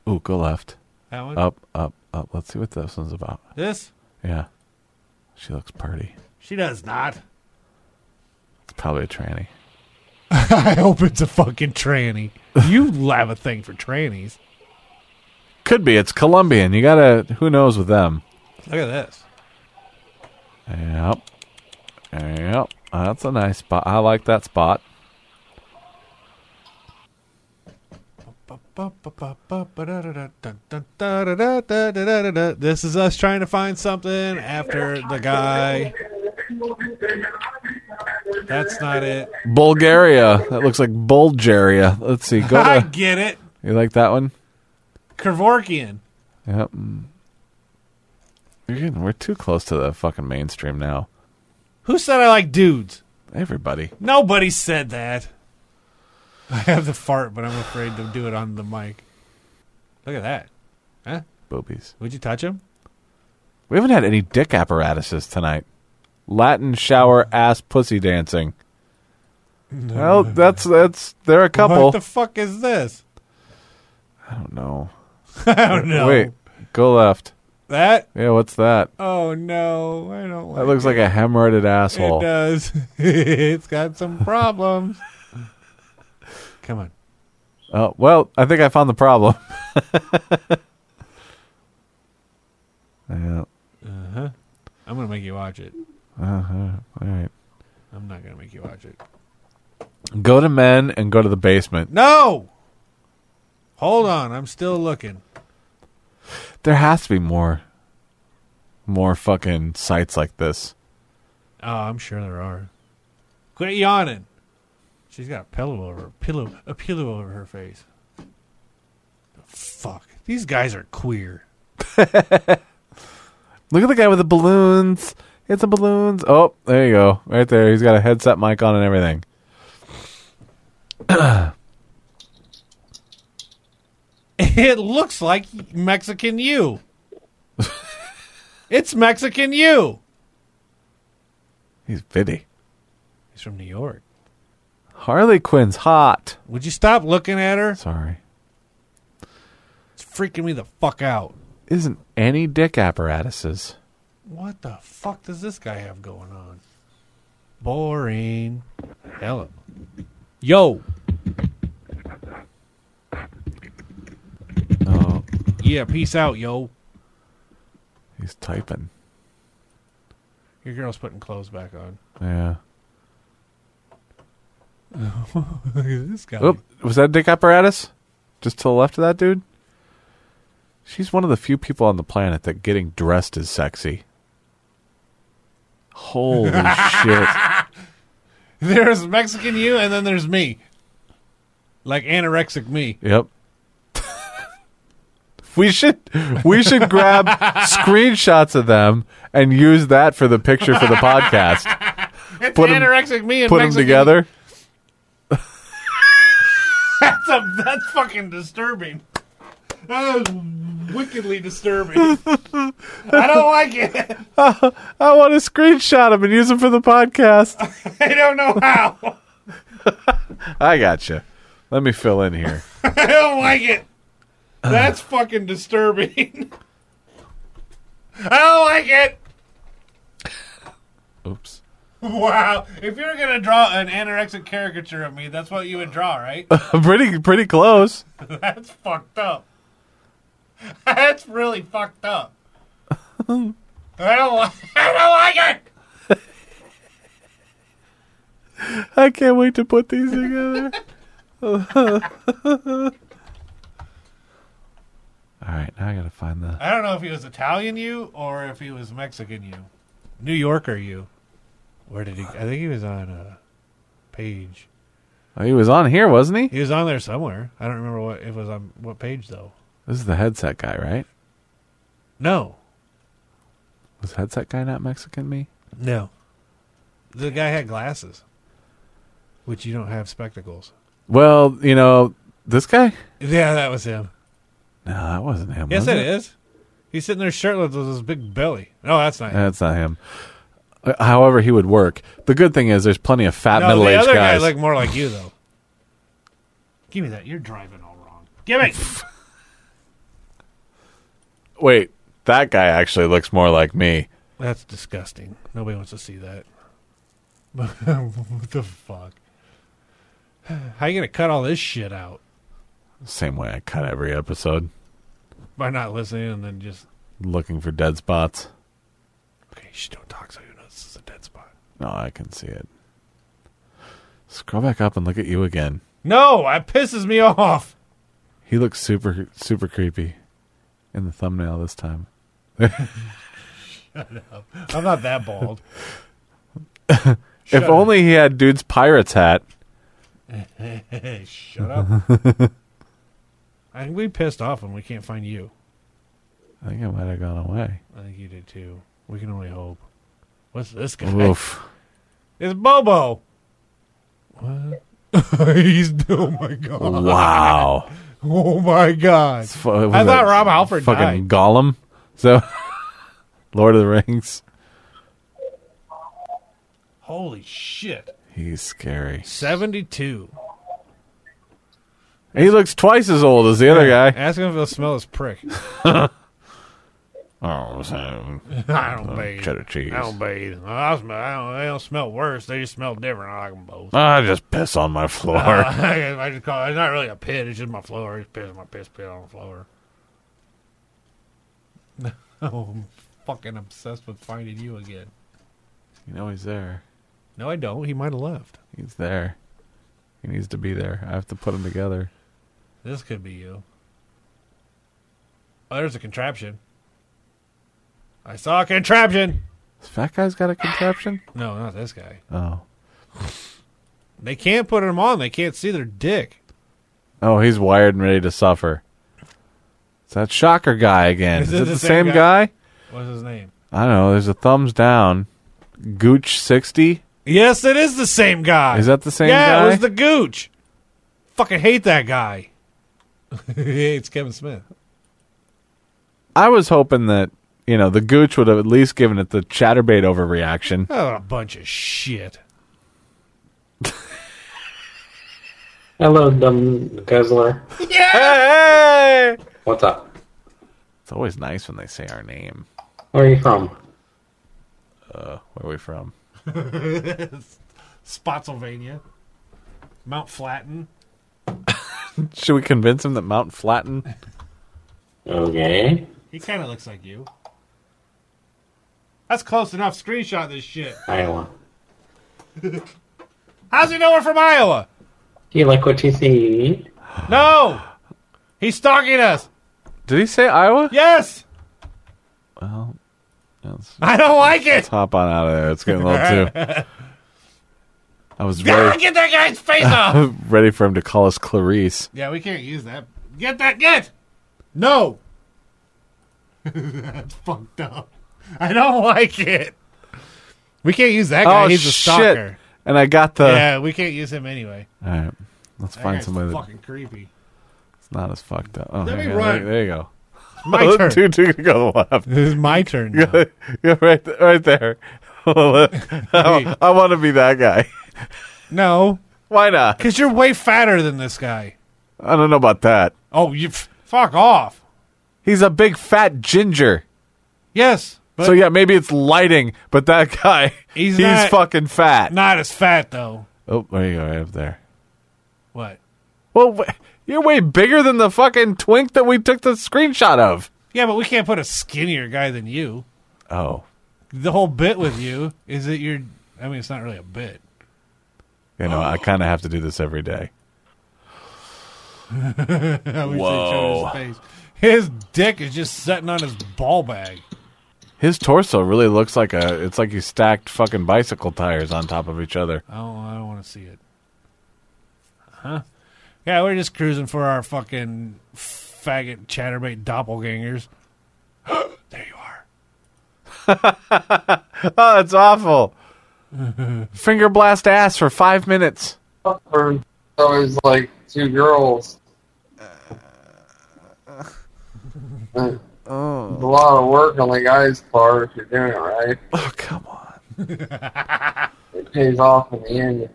S4: Ooh, go left,
S5: That one.
S4: up, up, up. Let's see what this one's about.
S5: This
S4: Yeah, she looks pretty.
S5: she does not.
S4: It's probably a tranny.
S5: I hope it's a fucking tranny. You have a thing for trannies.
S4: Could be. It's Colombian. You gotta. Who knows with them?
S5: Look at this.
S4: Yep. Yep. That's a nice spot. I like that spot.
S5: This is us trying to find something after the guy. That's not it.
S4: Bulgaria. That looks like Bulgaria. Let's see. Go
S5: I
S4: to.
S5: get it.
S4: You like that one?
S5: Kevorkian.
S4: Yep. You're getting, we're too close to the fucking mainstream now.
S5: Who said I like dudes?
S4: Everybody.
S5: Nobody said that. [LAUGHS] I have the fart, but I'm afraid to do it on the mic. Look at that. Huh?
S4: Boobies.
S5: Would you touch him?
S4: We haven't had any dick apparatuses tonight. Latin shower ass pussy dancing. Well, that's that's there are a couple.
S5: What the fuck is this? [LAUGHS]
S4: I don't know.
S5: I don't know.
S4: Wait, go left.
S5: That?
S4: Yeah, what's that?
S5: Oh no, I don't like
S4: That looks like a hemorrhoided
S5: it uh,
S4: asshole.
S5: does. [LAUGHS] it's got some problems. Come on.
S4: Oh well, I think I found the problem. [LAUGHS] yeah. All
S5: I'm gonna make you watch it.
S4: right.
S5: I'm not gonna make you watch it.
S4: Go to men and go to the basement.
S5: No! Hold on, I'm still looking.
S4: There has to be more, more fucking sites like this.
S5: Oh, I'm sure there are. Quit yawning. She's got a pillow over pillow a pillow over her face. Fuck. These guys are queer. [LAUGHS]
S4: Look at the guy with the balloons. It's the balloons. Oh, there you go. Right there. He's got a headset mic on and everything.
S5: It looks like Mexican [LAUGHS] you. it's Mexican you.
S4: He's bitty.
S5: He's from New York.
S4: Harley Quinn's hot.
S5: Would you stop looking at her?
S4: Sorry.
S5: It's freaking me the fuck out.
S4: Isn't any dick apparatuses.
S5: What the fuck does this guy have going on? Boring. Hell. Yo.
S4: Oh,
S5: Yeah, peace out, yo.
S4: he's typing.
S5: Your girl's putting clothes back on.
S4: Yeah.
S5: Look at this guy.
S4: Oop, was that a dick apparatus? Just to the left of that dude? She's one of the few people on the planet that getting dressed is sexy.
S5: [LAUGHS]
S4: Holy shit.
S5: [LAUGHS] There's Mexican you, and then there's me. Like anorexic me.
S4: Yep. we should we should grab screenshots of them and use that for the picture for the podcast.
S5: It's
S4: Put 'em-
S5: anorexic me and
S4: Put them
S5: Mexican
S4: together.
S5: That's, a, that's fucking disturbing. That is wickedly disturbing.
S4: [LAUGHS]
S5: I don't like it. [LAUGHS]
S4: I want to screenshot them and use them for the podcast.
S5: I don't know how. [LAUGHS]
S4: I got you. Let me fill in here.
S5: I don't like it.
S4: [SIGHS]
S5: That's fucking disturbing. [LAUGHS] I don't like it.
S4: Oops.
S5: [LAUGHS]
S4: [LAUGHS]
S5: Wow. If you're going to draw an anorexic caricature of me, that's what you would draw, right?
S4: pretty pretty close.
S5: [LAUGHS] that's fucked up. That's really fucked [LAUGHS] up. I don't like, [LAUGHS] I don't like it.
S4: I can't wait to put these
S5: [LAUGHS]
S4: together. All right, now I gotta find the.
S5: I don't know if he was Italian you or if he was Mexican you. New Yorker you. Where did he I think he was on a page.
S4: Oh, he was on here, wasn't he?
S5: He was on there somewhere. I don't remember what it was on what page though.
S4: This is the headset guy, right?
S5: No.
S4: Was headset guy not Mexican? Me?
S5: No. The guy had glasses. Which you don't have spectacles.
S4: Well, you know this guy.
S5: Yeah, that was him.
S4: No, that wasn't him.
S5: Yes,
S4: was
S5: it is. He's sitting there shirtless with his big belly. No, that's not him.
S4: That's not him. Uh, However, he would work. The good thing is, there's plenty of fat
S5: no, the
S4: middle-aged
S5: other
S4: guys.
S5: guy looked more like you though. Give me that. You're driving all wrong. Give me.
S4: Wait, that guy actually looks more like me.
S5: [LAUGHS] That's disgusting. Nobody wants to see that. [LAUGHS] what the fuck? How you gonna cut all this shit out
S4: Same way I cut every episode,
S5: by not listening and then just
S4: looking for dead spots.
S5: okay? Shh, don't talk so you know this is a dead spot.
S4: No, I can see it. Scroll back up and look at you again.
S5: No, that pisses me off.
S4: He looks super super creepy in the thumbnail this time.
S5: I'm not that bald. [LAUGHS]
S4: if only he had dude's pirate's hat.
S5: Hey,
S4: [LAUGHS]
S5: shut up. I think we pissed off when we can't find you.
S4: I think I might have gone away.
S5: I think you did too. We can only hope. What's this guy?
S4: Oof.
S5: It's Bobo. What? [LAUGHS] He's oh my god!
S4: Wow.
S5: Oh my god!
S4: Fu- was
S5: I
S4: that
S5: thought Rob Halford
S4: fucking
S5: died.
S4: Gollum. So [LAUGHS] Lord of the Rings.
S5: Holy shit!
S4: He's scary.
S5: Seventy-two.
S4: He looks twice as old as the other guy.
S5: Ask him if he'll smell his prick.
S4: [LAUGHS]
S5: [LAUGHS]
S4: Oh, so-
S5: I don't bathe.
S4: Oh, cheddar cheese.
S5: I don't bathe. I smell. I don't, they don't smell worse. They just smell different. I like them both.
S4: Ah, I just piss on my floor.
S5: [LAUGHS] I, just call it. It's not really a pit. It's just my floor. It's piss. My piss pit on the floor. [LAUGHS] I'm fucking obsessed with finding you again.
S4: you know he's there.
S5: No, I don't. He might have left.
S4: He's there. He needs to be there. I have to put him together.
S5: This could be you. Oh, there's a contraption. I saw a contraption.
S4: This fat guy's got a contraption?
S5: No, not this guy.
S4: Oh.
S5: They can't put him on. They can't see their dick.
S4: Oh, he's wired and ready to suffer. It's that shocker guy again. Is, it the, same, guy?
S5: What's his name?
S4: I don't know. There's a thumbs down. Gooch sixty.
S5: Yes, it is the same guy.
S4: Is that the same
S5: yeah,
S4: guy?
S5: it was the Gooch. Fucking hate that [LAUGHS] guy. he hates Kevin Smith.
S4: I was hoping that you know the Gooch would have at least given it the chatterbait [LAUGHS] overreaction.
S5: Oh, a bunch of shit.
S10: Hello, dumb guzzler.
S4: Hey!
S10: What's up?
S4: It's always nice when they say our name.
S10: Where are you from?
S4: Where are we from?
S5: [LAUGHS] Spotsylvania. Mount Flatten.
S4: Should we convince him that Mount Flatten?
S10: Okay.
S5: He kind of looks like you. That's close enough. Screenshot this shit.
S10: Iowa.
S5: How's he know we're from Iowa?
S10: Do you like what you see?
S5: No! He's stalking us!
S4: Did he say Iowa?
S5: Yes!
S4: Well, let's,
S5: I don't like
S4: let's
S5: it!
S4: hop on out of there. It's getting a little too. [LAUGHS] I was
S5: Ah,
S4: very
S5: get that guy's face off!
S4: [LAUGHS] ready for him to call us Clarice.
S5: Yeah, we can't use that. Get that, get! No! That's fucked up. I don't like it. We can't use that guy.
S4: oh
S5: He's a
S4: shit!
S5: stalker.
S4: And I got the.
S5: Yeah, we can't use him anyway.
S4: All right, let's
S5: That
S4: find
S5: guy's
S4: somebody that's
S5: fucking creepy.
S4: not as fucked up. Oh, hang
S5: Let me
S4: on. There-
S5: run.
S4: There you go. Oh,
S5: My turn.
S4: Two, two, go to the left.
S5: This is my turn.
S4: [LAUGHS]
S5: Now.
S4: yeah, right, th- right there. [LAUGHS] I, want to be that guy. [LAUGHS]
S5: no,
S4: Why not?
S5: because you're way fatter than this guy.
S4: I don't know about that.
S5: Oh, you f- fuck off.
S4: He's a big fat ginger.
S5: Yes,
S4: so yeah, maybe it's lighting, but that guy, he's,
S5: [LAUGHS] He's not-
S4: fucking fat.
S5: Not as fat though.
S4: oh, there you go, right up there.
S5: What?
S4: Well, w- you're way bigger than the fucking twink that we took the screenshot of.
S5: Yeah, but we can't put a skinnier guy than you.
S4: Oh,
S5: The whole bit with you is that you're. I mean, it's not really a bit.
S4: you know, I kind of have to do this every day.
S5: I wish they
S4: Whoa.
S5: showed His, face. His dick is just sitting on his ball bag.
S4: His torso really looks like a. It's like he stacked fucking bicycle tires on top of each other.
S5: I don't. I don't want to see it. Huh? Yeah, we're just cruising for our fucking faggot chatterbait doppelgangers. [GASPS] there you are.
S4: [LAUGHS]
S5: [LAUGHS]
S4: Oh, it's awful. [LAUGHS] Finger blast ass for five minutes.
S11: There's always like two girls. Uh, It's a lot of work on the guy's part if you're doing it right.
S4: Oh, come on.
S11: It pays off in the end.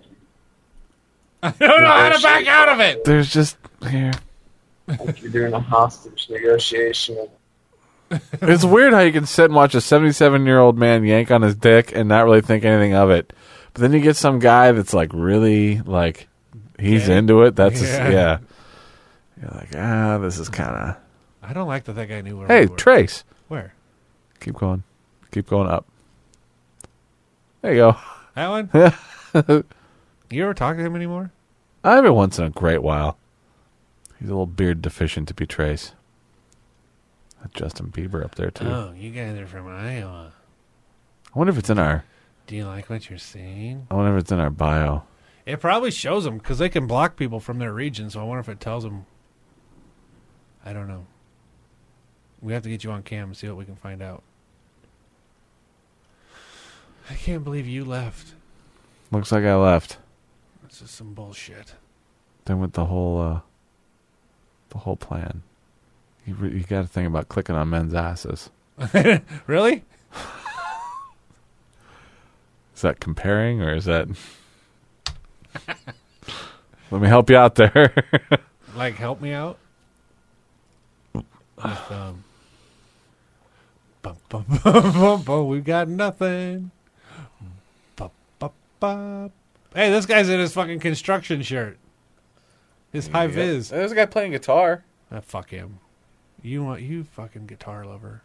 S5: I don't know how to back out of it.
S4: There's just here.
S11: If you're doing a hostage negotiation.
S4: It's weird how you can sit and watch a 77 year old man yank on his dick and not really think anything of it. But then you get some guy that's like really like he's into it. That's yeah.
S5: Yeah.
S4: yeah. You're like ah, this is kind of
S5: I don't like that that guy knew where.
S4: hey
S5: we were.
S4: Trace.
S5: Where?
S4: Keep going, keep going up. There you go.
S5: That one? you ever talk to him anymore?
S4: Every once in a great while, he's a little beard deficient to be Trace. That Justin Bieber up there too.
S5: Oh, you guys are from Iowa.
S4: I wonder if it's in our.
S5: Do you like what you're seeing?
S4: I wonder if it's in our bio.
S5: It probably shows them because they can block people from their region. So I wonder if it tells them. I don't know. We have to get you on cam and see what we can find out. I can't believe you left.
S4: Looks like I left.
S5: This is some bullshit. [LAUGHS]
S4: Then with the whole uh, the whole plan. You, re- you got to think about clicking on men's asses.
S5: Really?
S4: Is that comparing or is that? [LAUGHS] Let me help you out there. [LAUGHS]
S5: Like, help me out? With, um, bum, bum, [LAUGHS] bum, bum, bum, we've got nothing. Bum, bum, bum. Hey, this guy's in his fucking construction shirt. His high viz.
S4: There's a guy playing guitar.
S5: Ah, fuck him. You want you fucking guitar lover.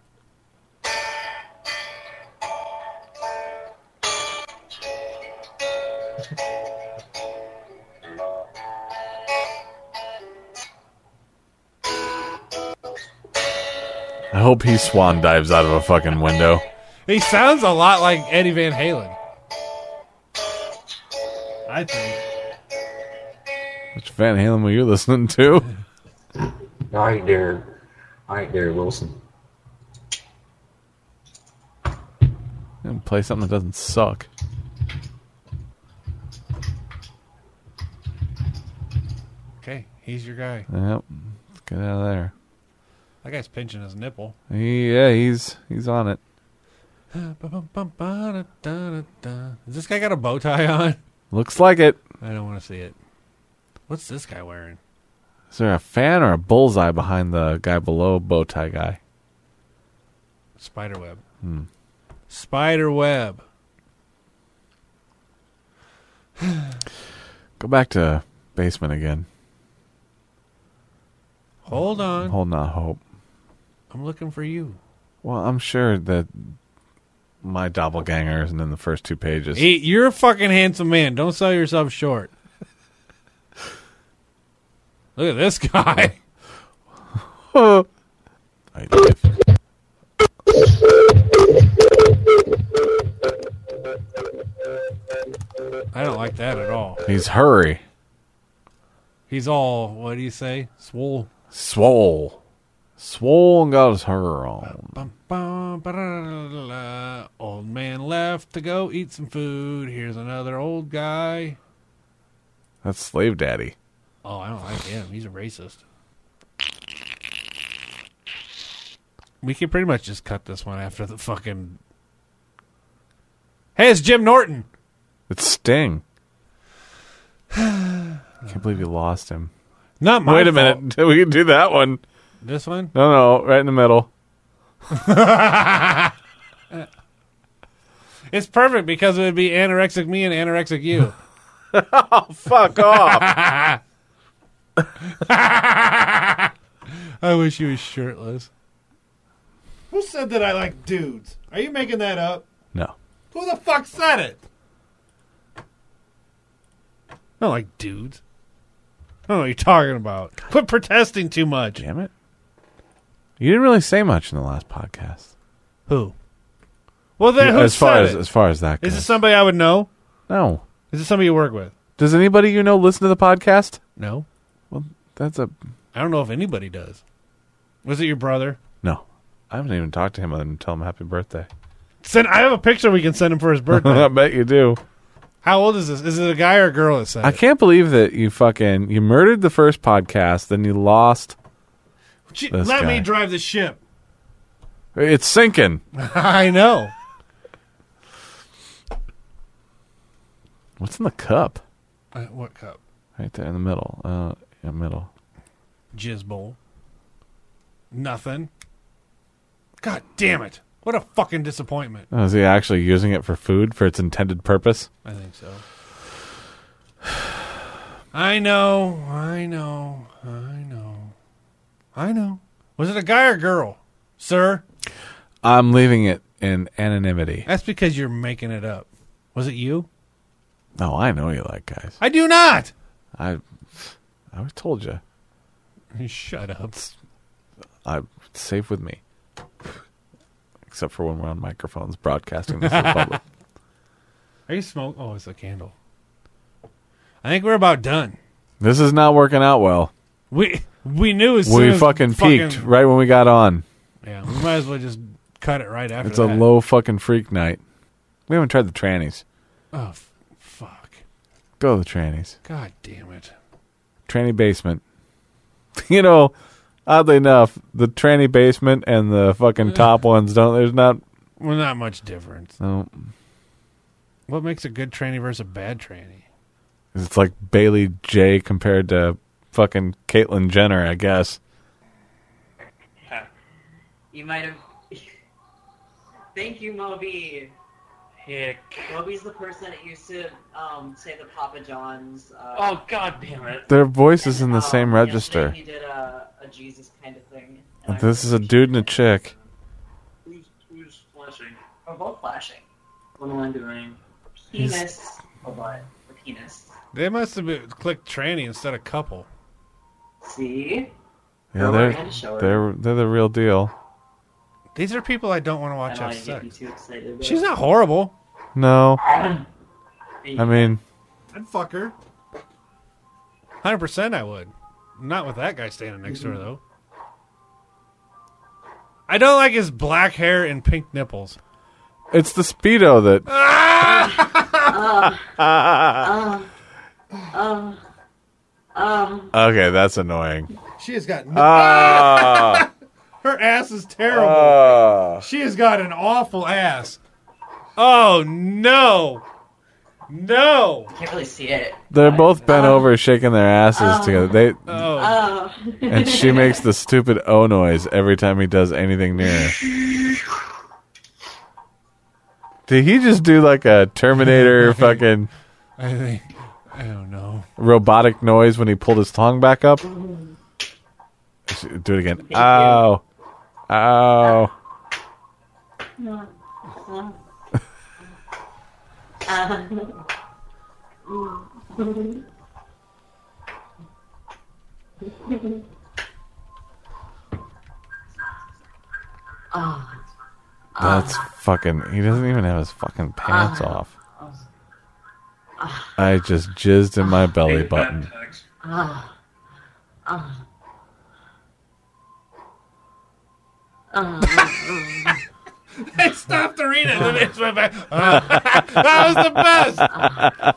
S4: I hope he swan dives out of a fucking window.
S5: He sounds a lot like Eddie Van Halen. I think.
S4: Which Van Halen were you listening to?
S10: I ain't there. I ain't there, Wilson.
S4: And play something that doesn't suck.
S5: Okay, he's your guy.
S4: Yep. Let's get out of there.
S5: That guy's pinching his nipple.
S4: He, yeah, he's he's on it.
S5: Has this guy got a bow tie on?
S4: Looks like it.
S5: I don't want to see it. What's this guy wearing?
S4: Is there a fan or a bullseye behind the guy below bow tie guy?
S5: Spider web. Spider web.
S4: Go back to basement again.
S5: Hold
S4: I'm
S5: on.
S4: holding out hope.
S5: I'm looking for you.
S4: Well, I'm sure that my doppelganger isn't in the first two pages.
S5: Hey, you're a fucking handsome man. Don't sell yourself short. Look at this [LAUGHS] guy.
S4: [LAUGHS] I live.
S5: I don't like that at all.
S4: He's hurry.
S5: He's all, what do you say? Swole.
S4: Swole. Swole and got his hurry on.
S5: Bum, bum, ba-da-da-da-da-da. Old man left to go eat some food. Here's another old guy.
S4: That's slave daddy.
S5: Oh, I don't like him. He's a racist. We could pretty much just cut this one after the fucking. Hey, it's Jim Norton.
S4: It's Sting. [SIGHS] I can't believe you lost him.
S5: Not my
S4: Wait a
S5: fault.
S4: minute. [LAUGHS] We can do that one.
S5: This one.
S4: No, no, right in the middle.
S5: It's perfect because it would be anorexic me and anorexic [LAUGHS] you.
S4: oh, fuck [LAUGHS]
S5: off. [LAUGHS] I wish he was shirtless.
S3: Who said that I like dudes?
S5: Are you making that up?
S4: No.
S5: Who the fuck said it? Not like dudes. I don't know what you're talking about. Quit protesting too much.
S4: Damn it. You didn't really say much in the last podcast.
S5: Who? Well, then
S4: Yeah,
S5: who
S4: as far
S5: said
S4: as
S5: it?
S4: as far as that
S5: Is
S4: goes.
S5: it somebody I would know?
S4: No.
S5: Is it somebody you work with?
S4: Does anybody you know listen to the podcast?
S5: No.
S4: Well, that's a
S5: I don't know if anybody does. Was it your brother?
S4: no. I haven't even talked to him other than tell him happy birthday. [LAUGHS]
S5: Send. I have a picture we can send him for his
S4: I
S5: [LAUGHS] birthday.
S4: bet you do.
S5: How old is this? Is it a guy or a girl that said
S4: I
S5: it?
S4: can't believe that you fucking you murdered the first podcast, then you lost.
S5: Gee,
S4: this
S5: Let me
S4: guy.
S5: drive the ship.
S4: It's sinking.
S5: [LAUGHS] I know.
S4: What's in the cup?
S5: Uh, what cup?
S4: Right there in the middle. Uh, in the middle.
S5: Jizz bowl. Nothing. God damn it. What a fucking disappointment.
S4: Oh, is he actually using it for food for its intended purpose?
S5: I think so. I know. I know. I know. I know. Was it a guy or girl, sir?
S4: I'm leaving it in anonymity.
S5: That's because you're making it up. Was it you?
S4: Oh, I know you like guys.
S5: I do not. [LAUGHS]
S4: I, I always told you.
S5: Shut up.
S4: I it's safe with me. Except for when we're on microphones broadcasting this to the [LAUGHS] public.
S5: Are you smoke? Oh, it's a candle. I think we're about done.
S4: This is not working out well.
S5: We we knew as soon
S4: We
S5: as
S4: fucking peaked right when we got on.
S5: Yeah, we might as well just cut it right after.
S4: It's a
S5: that.
S4: low fucking freak night. We haven't tried the trannies.
S5: Oh, f- fuck!
S4: Go to the trannies.
S5: God damn it!
S4: Tranny basement. [LAUGHS] You know, oddly enough, the tranny basement and the fucking top ones don't. There's not.
S5: Well, not much difference.
S4: No,
S5: What makes a good tranny versus a bad tranny?
S4: it's like Bailey J compared to fucking Caitlyn Jenner, I guess.
S12: You might have. [LAUGHS] Thank you, Moby. Hick. Moby's the person that used to um, say the Papa John's. Uh, oh, god damn it.
S4: Their voices in the same register.
S12: He did a, a Jesus kind of thing.
S4: This is a dude and a chick.
S12: Who's, who's flashing? We're both flashing. What am I doing? Penis. A what? A penis.
S5: They must have been, clicked tranny instead of couple.
S12: See? They're
S4: Yeah, they're
S12: working to show it.
S4: they're they're the real deal.
S5: These are people I don't want to watch
S12: I
S5: have
S12: don't wanna get
S5: sex.
S12: you too excited, but-
S5: She's not horrible.
S4: No, I mean,
S5: I'd fuck her. Hundred percent, I would. Not with that guy standing next to her though. I don't like his black hair and pink nipples.
S4: it's the speedo that.
S12: Um, um, um,
S4: Okay, that's annoying.
S5: She has got.
S4: Ah,
S5: [LAUGHS] Her ass is terrible.
S4: Ah.
S5: she has got an awful ass. Oh no, no.
S12: I can't really see it.
S4: they're both bent over, shaking their asses together. They
S12: Oh.
S4: and she makes the stupid O noise every time he does anything near her. Did he just do like a Terminator fucking
S5: I think I don't know.
S4: robotic noise when he pulled his tongue back up? Do it again. Ow. Ow.
S12: Ah.
S4: That's fucking. He doesn't even have his fucking pants off. I just jizzed in my belly button.
S12: Ah. Ah.
S5: I stopped to read it, and then it went back. "Uh, [LAUGHS] that was the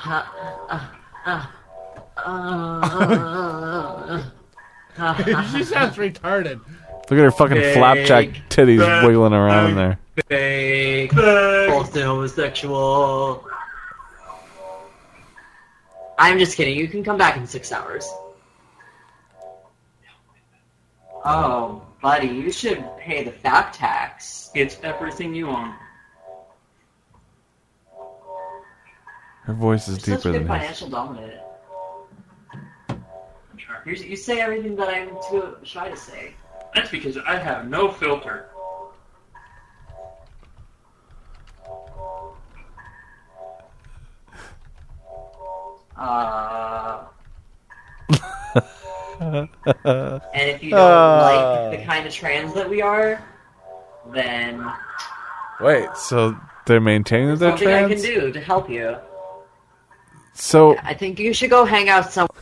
S5: best. [LAUGHS] she sounds retarded.
S4: Look at her fucking flapjack titties wiggling around in there.
S12: Fake. Falsely homosexual. I'm just kidding. You can come back in six hours. Oh, buddy, you should pay the fat tax. It's everything you own.
S4: Her voice is
S12: Such
S4: deeper
S12: good
S4: than his.
S12: financial dominant. You, you say everything that I'm too shy to say.
S13: That's because I have no filter.
S12: Uh, [LAUGHS]
S4: and
S12: and if you don't
S5: Oh!
S12: like the kind of trans that we are, then
S4: Wait, so they're maintaining that they're
S12: something I can
S4: trans?
S12: do to help you.
S4: So
S12: I think you should go hang out somewhere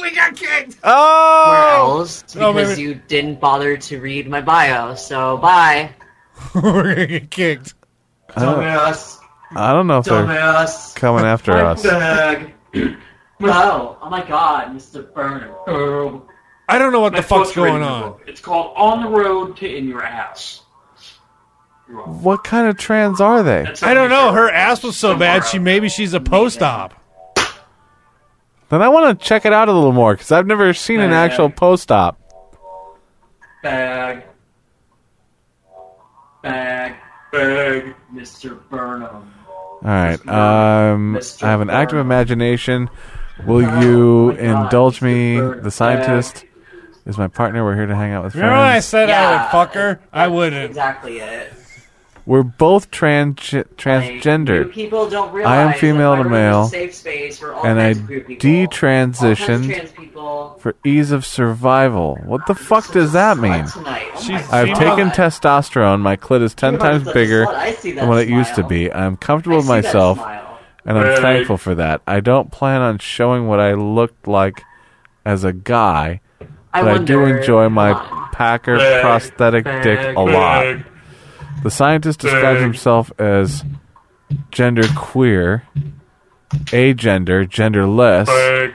S5: we got kicked.
S4: Oh!
S12: else
S5: No,
S12: because
S5: maybe-
S12: you didn't bother to read my bio. So bye.
S5: [LAUGHS] We're gonna get kicked.
S4: I don't,
S12: Dumbass.
S4: I don't know if they're
S12: Dumbass.
S4: coming after us.
S12: Bag. oh, oh my God, Mr. Burner.
S5: I don't know what
S13: My
S5: the fuck's
S13: book's written
S5: going
S13: in the
S5: on.
S13: book. It's called On the Road to In Your Ass.
S4: What kind of trans are they?
S5: I don't know. Her ass was so bad. She maybe she's a post op.
S4: Then I want to check it out a little more because I've never seen an
S13: Yeah.
S4: actual post op.
S13: Bag. Bag. Bag.
S12: Mr. Burnham.
S4: All right. Um,
S12: Mr.
S4: I have an active
S12: Burn.
S4: imagination. Will you indulge me? The scientist is my partner. We're here to hang out with
S5: Remember when I
S4: friends.
S5: said I
S12: Yeah.
S5: would fuck her? I wouldn't.
S12: Exactly it.
S4: We're both trans
S12: New
S4: transgendered.
S12: people don't realize
S4: I am female
S12: that
S4: to
S12: my room is a
S4: male,
S12: safe space for all
S4: and I
S12: kinds of queer people. All kinds of trans people.
S4: detransitioned for ease of survival. What the fuck does that mean?
S12: tonight. Oh my
S4: I've
S12: God.
S4: taken testosterone. My clit is ten
S12: You're about
S4: times
S12: to
S4: bigger
S12: slut. I see that
S4: than what it used to be. I'm comfortable with
S12: I see that
S4: myself,
S12: smile.
S4: and I'm
S12: Hey.
S4: thankful for that. I don't plan on showing what I looked like as a guy,
S12: I
S4: but I, do
S12: wonder-
S4: enjoy my
S12: come on.
S4: Packer
S12: Big,
S4: prosthetic
S12: big,
S4: dick a lot.
S12: big,
S4: The scientist describes
S12: big.
S4: himself as gender queer, agender, genderless,
S12: Big.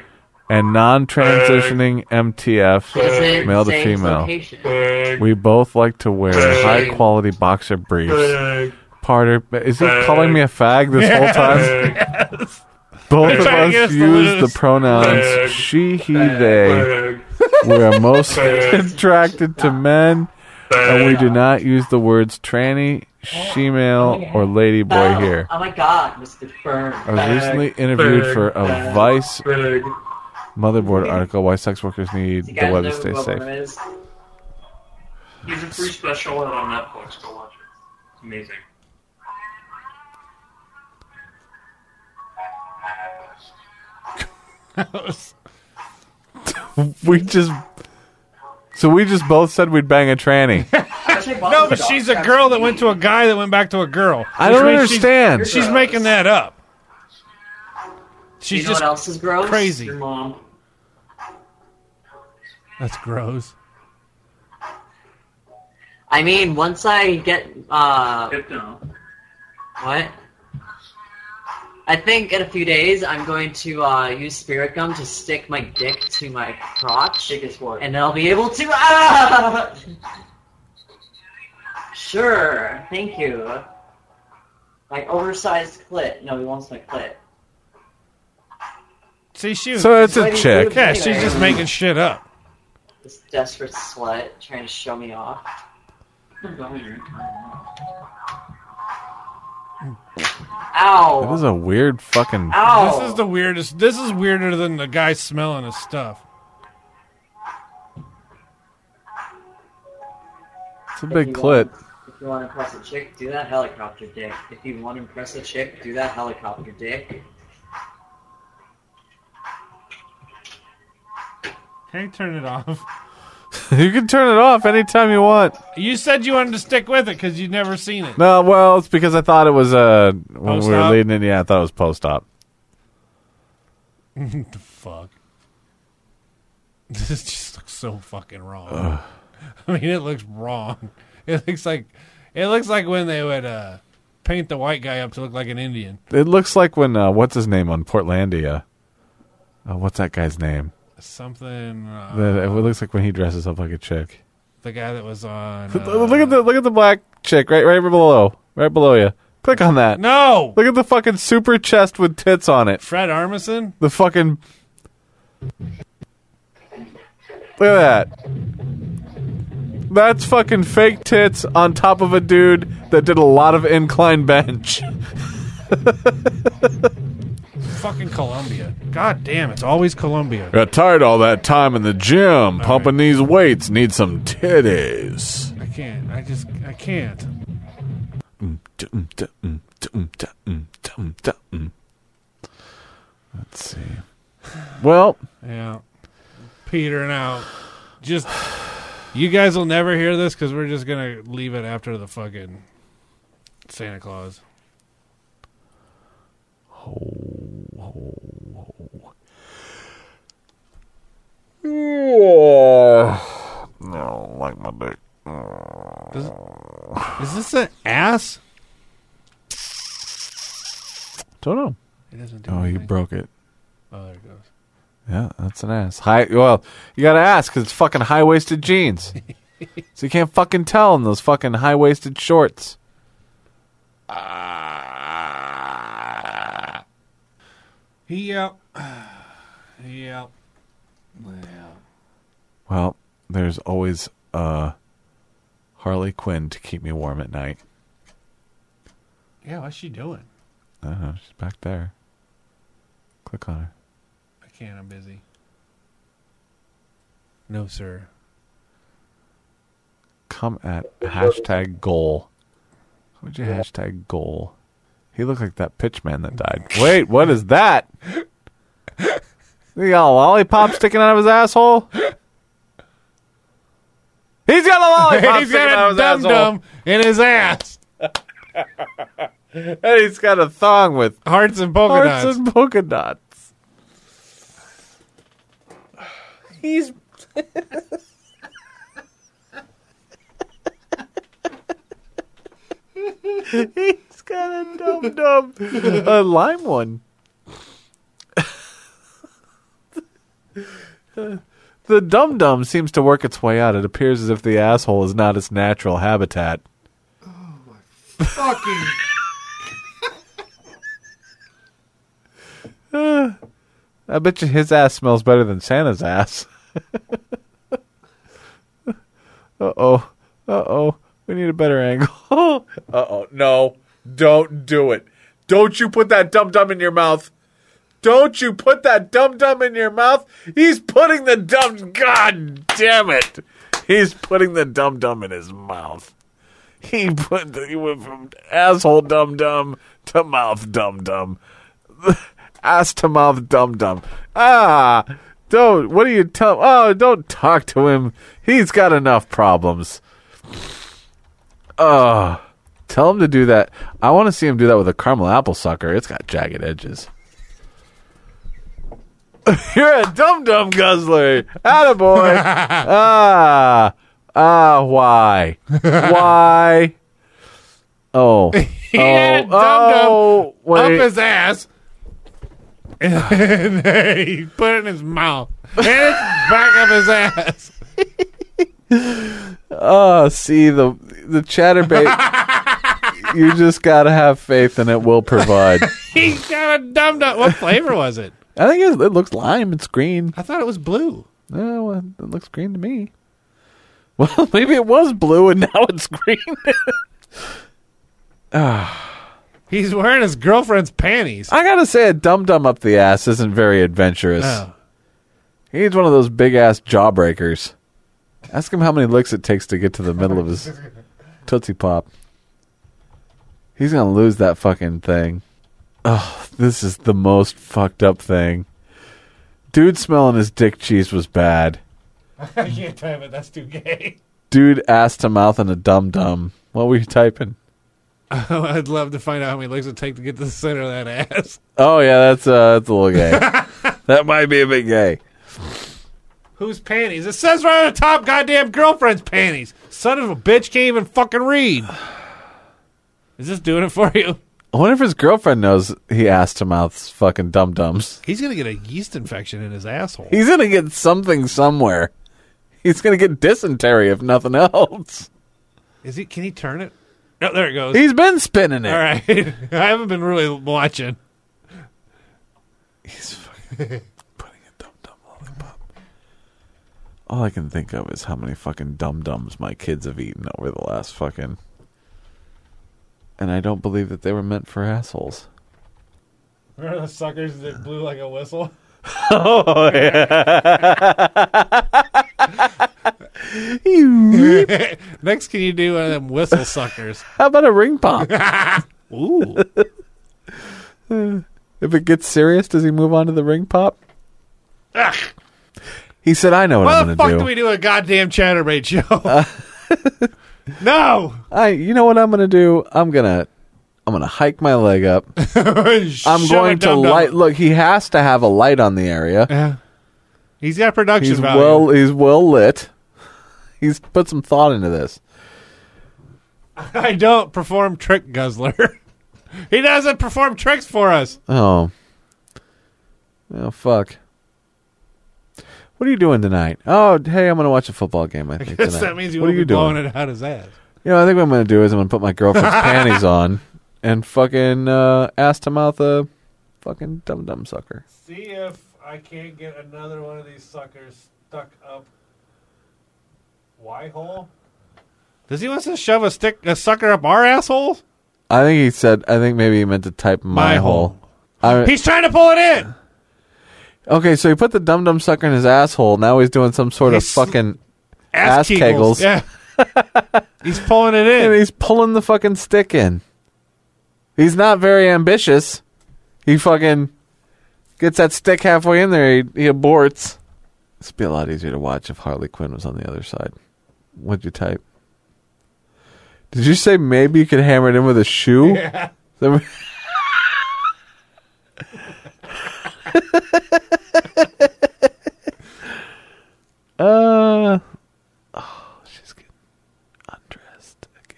S4: and non-transitioning MTF,
S12: Isn't
S4: male to
S12: same
S4: female.
S12: location.
S4: We both like to wear
S12: Big.
S4: high quality boxer briefs.
S12: Big.
S4: Parter, is he
S12: Big.
S4: calling me a fag this whole time? Both
S12: Big.
S4: of
S12: Trying to get us
S4: us
S12: to
S4: use the
S12: lose.
S4: pronouns
S12: Big.
S4: she, he, they. We are most
S12: Big.
S4: [LAUGHS] attracted to men, and we do not use the words tranny, she-male, or ladyboy
S12: Oh,
S4: here.
S12: Oh my God, Mr. Burn.
S4: I was recently interviewed for a Vice motherboard article why sex workers need the web to stay safe.
S13: He's a free special out on Netflix. Go watch it. It's amazing.
S5: [LAUGHS]
S4: we just so we just both said we'd bang a tranny.
S5: No, but she's a girl that went to a guy that went back to a girl.
S4: I don't
S5: Which means she's-
S4: understand.
S5: She's, making that up. She's
S12: you know
S5: just
S12: what else is gross?
S5: crazy.
S12: Your mom.
S5: That's gross.
S12: I mean, once I get uh, what? I think in a few days I'm going to uh, use spirit gum to stick my dick to my crotch, and I'll be able to. Ah! Sure, thank you. My oversized clit. No, he wants my clit.
S5: See, she.
S4: So uh, it's a chick.
S5: Yeah, she's just making shit up.
S12: This desperate slut trying to show me off. Ow!
S4: That is a weird fucking.
S12: Ow.
S5: This is the weirdest. This is weirder than the guy smelling his stuff.
S4: It's a
S12: If
S4: big
S12: you
S4: clit.
S12: want- if you want to impress a chick, do that helicopter dick. If you want to impress a chick, do that helicopter dick.
S5: Can you turn it off?
S4: [LAUGHS] you can turn it off anytime you want.
S5: You said you wanted to stick with it because you'd never seen it.
S4: No, well, it's because I thought it was uh when we were
S5: Post-op?
S4: leading it. Yeah, I thought it was post op.
S5: the fuck. [LAUGHS] This just looks so fucking wrong. I mean, it looks wrong. [LAUGHS] It looks like it looks like when they would uh, paint the white guy up to look like an Indian.
S4: It looks like when uh, what's his name on Portlandia. Uh, what's that guy's name?
S5: Something. Uh,
S4: That it looks like when he dresses up like a chick.
S5: the guy that was on. uh,
S4: look at the look at the black chick right right below right below you. Click on that.
S5: No.
S4: Look at the fucking super chest with tits on it.
S5: Fred Armisen.
S4: The fucking. Look at that. That's fucking fake tits on top of a dude that did a lot of incline bench.
S5: Fucking Colombia. God damn, it's always Colombia.
S4: [LAUGHS] Got tired all that time in the gym, pumping these weights. Need some titties.
S5: I can't. I just. I can't.
S4: Let's see. [SIGHS] Well,
S5: Yeah. Petering out. Just. You guys will never hear this because we're just going to leave it after the fucking Santa Claus.
S4: I don't like my dick.
S5: Is, is this an ass?
S4: don't know.
S5: It doesn't
S4: Oh, you broke it.
S5: Oh, there it goes.
S4: Yeah, that's an ass. High. Well, you gotta ask because it's fucking high waisted [LAUGHS] jeans, so you can't fucking tell in those fucking high waisted shorts.
S5: [SIGHS] Yep. Yep.
S4: Well, there's always uh, Harley Quinn to keep me warm at night.
S5: Yeah, what's she doing?
S4: I don't know. She's back there. Click on her.
S5: I can't. I'm busy. No,
S4: [LAUGHS]
S5: sir.
S4: Come at hashtag goal. What'd you hashtag goal? He looked like that pitch man that died. Wait, what is that? He got a lollipop sticking out of his asshole. He's got a lollipop
S5: [LAUGHS] He's
S4: sticking out
S5: got
S4: of
S5: a
S4: his
S5: dum
S4: asshole.
S5: dum in his ass.
S4: and he's got a thong with
S5: hearts and polka
S4: hearts
S5: dots.
S4: and polka dots. He's. He's got a dum dum, a lime one. the dum dum seems to work its way out. It appears as if the asshole is not its natural habitat.
S3: Fucking.
S4: Uh, I bet you his ass smells better than Santa's ass. [LAUGHS] uh oh. Uh oh. We need a better angle. [LAUGHS] uh oh. No. Don't do it. Don't you put that dum dum in your mouth. Don't you put that dum dum in your mouth. He's putting the dum. God damn it. He's putting the dum dum in his mouth. He put the, he went from asshole dum dum to mouth dum dum, [LAUGHS] ass to mouth dum dum. Ah, don't. What do you tell? Oh, don't talk to him. He's got enough problems. Uh tell him to do that. I want to see him do that with a caramel apple sucker. It's got jagged edges. [LAUGHS] You're a dum dum guzzler. Attaboy. ah. Ah, why? why? Oh.
S5: He had a
S4: Oh, oh,
S5: dum dum
S4: wait.
S5: up his ass. And [LAUGHS] then he put it in his mouth. And it's back up his ass.
S4: Oh, see the the chatterbait. you just gotta have faith, and it will provide.
S5: He got a dum dum. What flavor was it?
S4: I think it, it looks lime. It's green.
S5: I thought it was blue.
S4: No, well, it looks green to me. Well, [LAUGHS] maybe it was blue, and now it's [LAUGHS] green.
S5: He's wearing his girlfriend's panties.
S4: I gotta say, a dum dum up the ass isn't very adventurous.
S5: No.
S4: He needs one of those big ass jawbreakers. Ask him how many licks it takes to get to the middle of his Tootsie Pop. He's gonna lose that fucking thing. Oh, this is the most fucked up thing. Dude smelling his dick cheese was bad.
S5: I [LAUGHS] can't type it. That's too gay.
S4: Dude ass to mouth and a dum dum. What were you typing?
S5: [LAUGHS] I'd love to find out how many legs it take to get to the center of that ass.
S4: Oh yeah, that's uh that's a little gay. that might be a bit gay.
S5: Whose panties? It says right on the top, goddamn girlfriend's panties. Son of a bitch can't even fucking read. [SIGHS] Is this doing it for you?
S4: I wonder if his girlfriend knows he ass to mouth's fucking dum dums.
S5: He's gonna get a yeast infection in his asshole.
S4: He's gonna get something somewhere. He's gonna get dysentery if nothing else.
S5: Is he? Can he turn it? No, there it goes.
S4: He's been spinning it.
S5: All right. [LAUGHS] I haven't been really watching.
S4: [LAUGHS] He's fucking putting a dum dum lollipop. All I can think of is how many fucking dum dums my kids have eaten over the last fucking. And I don't believe that they were meant for assholes.
S5: Remember the suckers that blew like a whistle?
S4: Oh [LAUGHS] yeah.
S5: [LAUGHS] Next, can you do one of them whistle suckers?
S4: How about a ring pop?
S5: [LAUGHS] Ooh.
S4: if it gets serious, does he move on to the ring pop? He said, "I know what
S5: Why the
S4: I'm
S5: fuck
S4: going to
S5: do.
S4: do."
S5: Uh, we do a goddamn chatterbait [LAUGHS] show? no.
S4: I, you know what I'm going to do? I'm gonna, I'm gonna hike my leg
S5: [LAUGHS]
S4: up. I'm
S5: [LAUGHS] I'm
S4: going to light. Look, he has to have a light on the
S5: [LAUGHS]
S4: area.
S5: He's got production
S4: he's
S5: value.
S4: well he's well lit he's put some thought into this
S5: [LAUGHS] I don't perform trick guzzler. [LAUGHS] he doesn't perform tricks for us.
S4: oh oh fuck what are you doing tonight oh hey i'm gonna watch a football game i think
S5: Guess
S4: tonight.
S5: [LAUGHS] that means you
S4: what
S5: will
S4: are you
S5: be blowing
S4: doing
S5: it out his ass.
S4: you know i think what i'm gonna do is i'm gonna put my [LAUGHS] girlfriend's panties on and fucking uh, ass to mouth a fucking dum dum sucker
S5: See if I can't get another one of these suckers stuck up Y hole. Does he want us to shove a stick a sucker up our asshole?
S4: i think he said i think maybe he meant to type my,
S5: My
S4: hole, I-
S5: He's trying to pull it in.
S4: okay so he put the dum dum sucker in his asshole now he's doing some sort of
S5: He's-
S4: fucking
S5: Ass,
S4: kegels.
S5: Yeah. he's pulling it
S4: and
S5: in.
S4: he's pulling the fucking stick in. He's not very ambitious. He fucking gets that stick halfway in there. He, he aborts. It'd be a lot easier to watch if Harley Quinn was on the other side. What'd you type? Did you say maybe you could hammer it in with a shoe?
S5: Yeah.
S4: The- [LAUGHS] uh, oh, she's getting undressed again.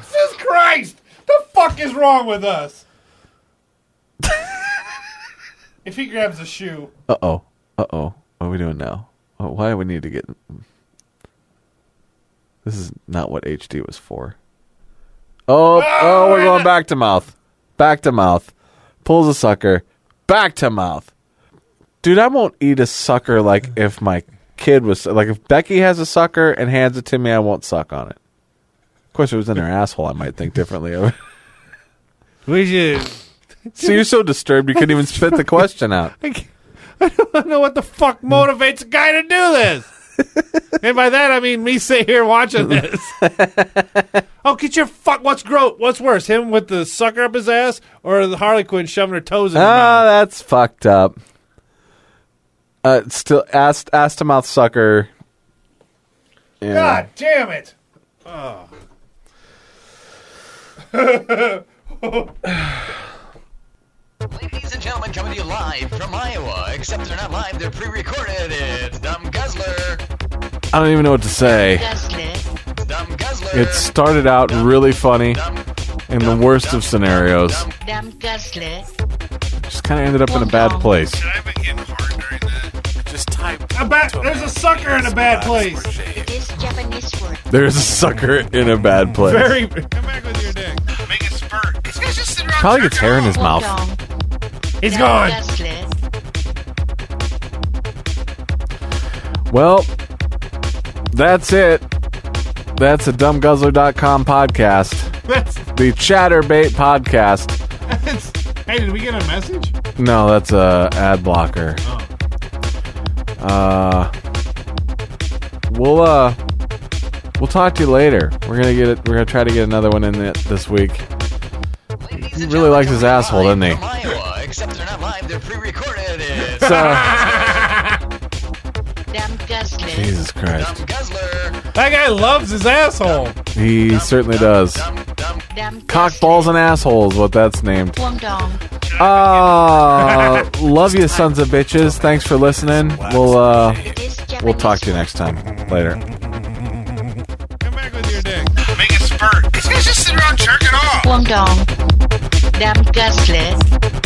S5: Jesus Christ! The fuck is wrong with us? if he grabs a shoe,
S4: Uh oh. Uh oh. What are we doing now? Oh, Why do we need to get? This is not what HD was for. Oh, oh, we're going back to mouth. Back to mouth. Pulls a sucker. Back to mouth. Dude, I won't eat a sucker like if my kid was like if Becky has a sucker and hands it to me, I won't suck on it. Of course, if it was in her asshole, I might think differently of it. [LAUGHS]
S5: we should.
S4: So you're so disturbed you couldn't even spit the question out.
S5: I don't know what the fuck motivates a guy to do this. and by that I mean me sitting here watching this. oh, get your fuck. What's gross? What's worse, him with the sucker up his ass, or the Harley Quinn shoving her toes in? her
S4: Ah, that's fucked up. Uh, still ass ass to mouth sucker. Yeah.
S5: God damn it! Oh.
S1: Ladies and gentlemen, coming to you live from Iowa. Except they're not live, they're pre-recorded. It's Dumb Guzzler.
S4: I don't even know what to say.
S1: Guzzler. Dumb Guzzler.
S4: It started out really funny, in the worst of scenarios.
S2: Dumb guzzler.
S4: Just kind of ended up in a bad place.
S5: Just type. A ba- there's a sucker in a bad place.
S2: It is Japanese word.
S4: There's a sucker in a bad place.
S5: Very. Come back with your dick. Make it spurt. This guy's just sitting around.
S4: Probably gets hair in his mouth.
S5: He's
S2: Dumb
S5: gone.
S2: guzzler.
S4: Well, that's it. That's a dumbguzzler.com podcast.
S5: [LAUGHS] That's-
S4: The Chatterbait podcast.
S5: hey, did we get a message?
S4: No, that's a ad blocker. Uh, we'll uh, we'll talk to you later. We're gonna get it. We're gonna try to get another one in it this week. He really likes his asshole, doesn't he?
S1: Iowa. Except they're not live, they're pre-recorded. It's
S4: [LAUGHS] So,
S2: Dumb guzzler.
S4: Jesus Christ,
S5: That guy loves his asshole.
S4: he certainly does. Cock balls and assholes, what that's named.
S2: Wong dong.
S4: Uh, love you, sons of bitches. Thanks for listening. We'll uh, we'll talk to you next time. Later.
S5: Make it spurt. This guy's just sitting around jerking off.
S2: Wong dong. Dumb guzzler.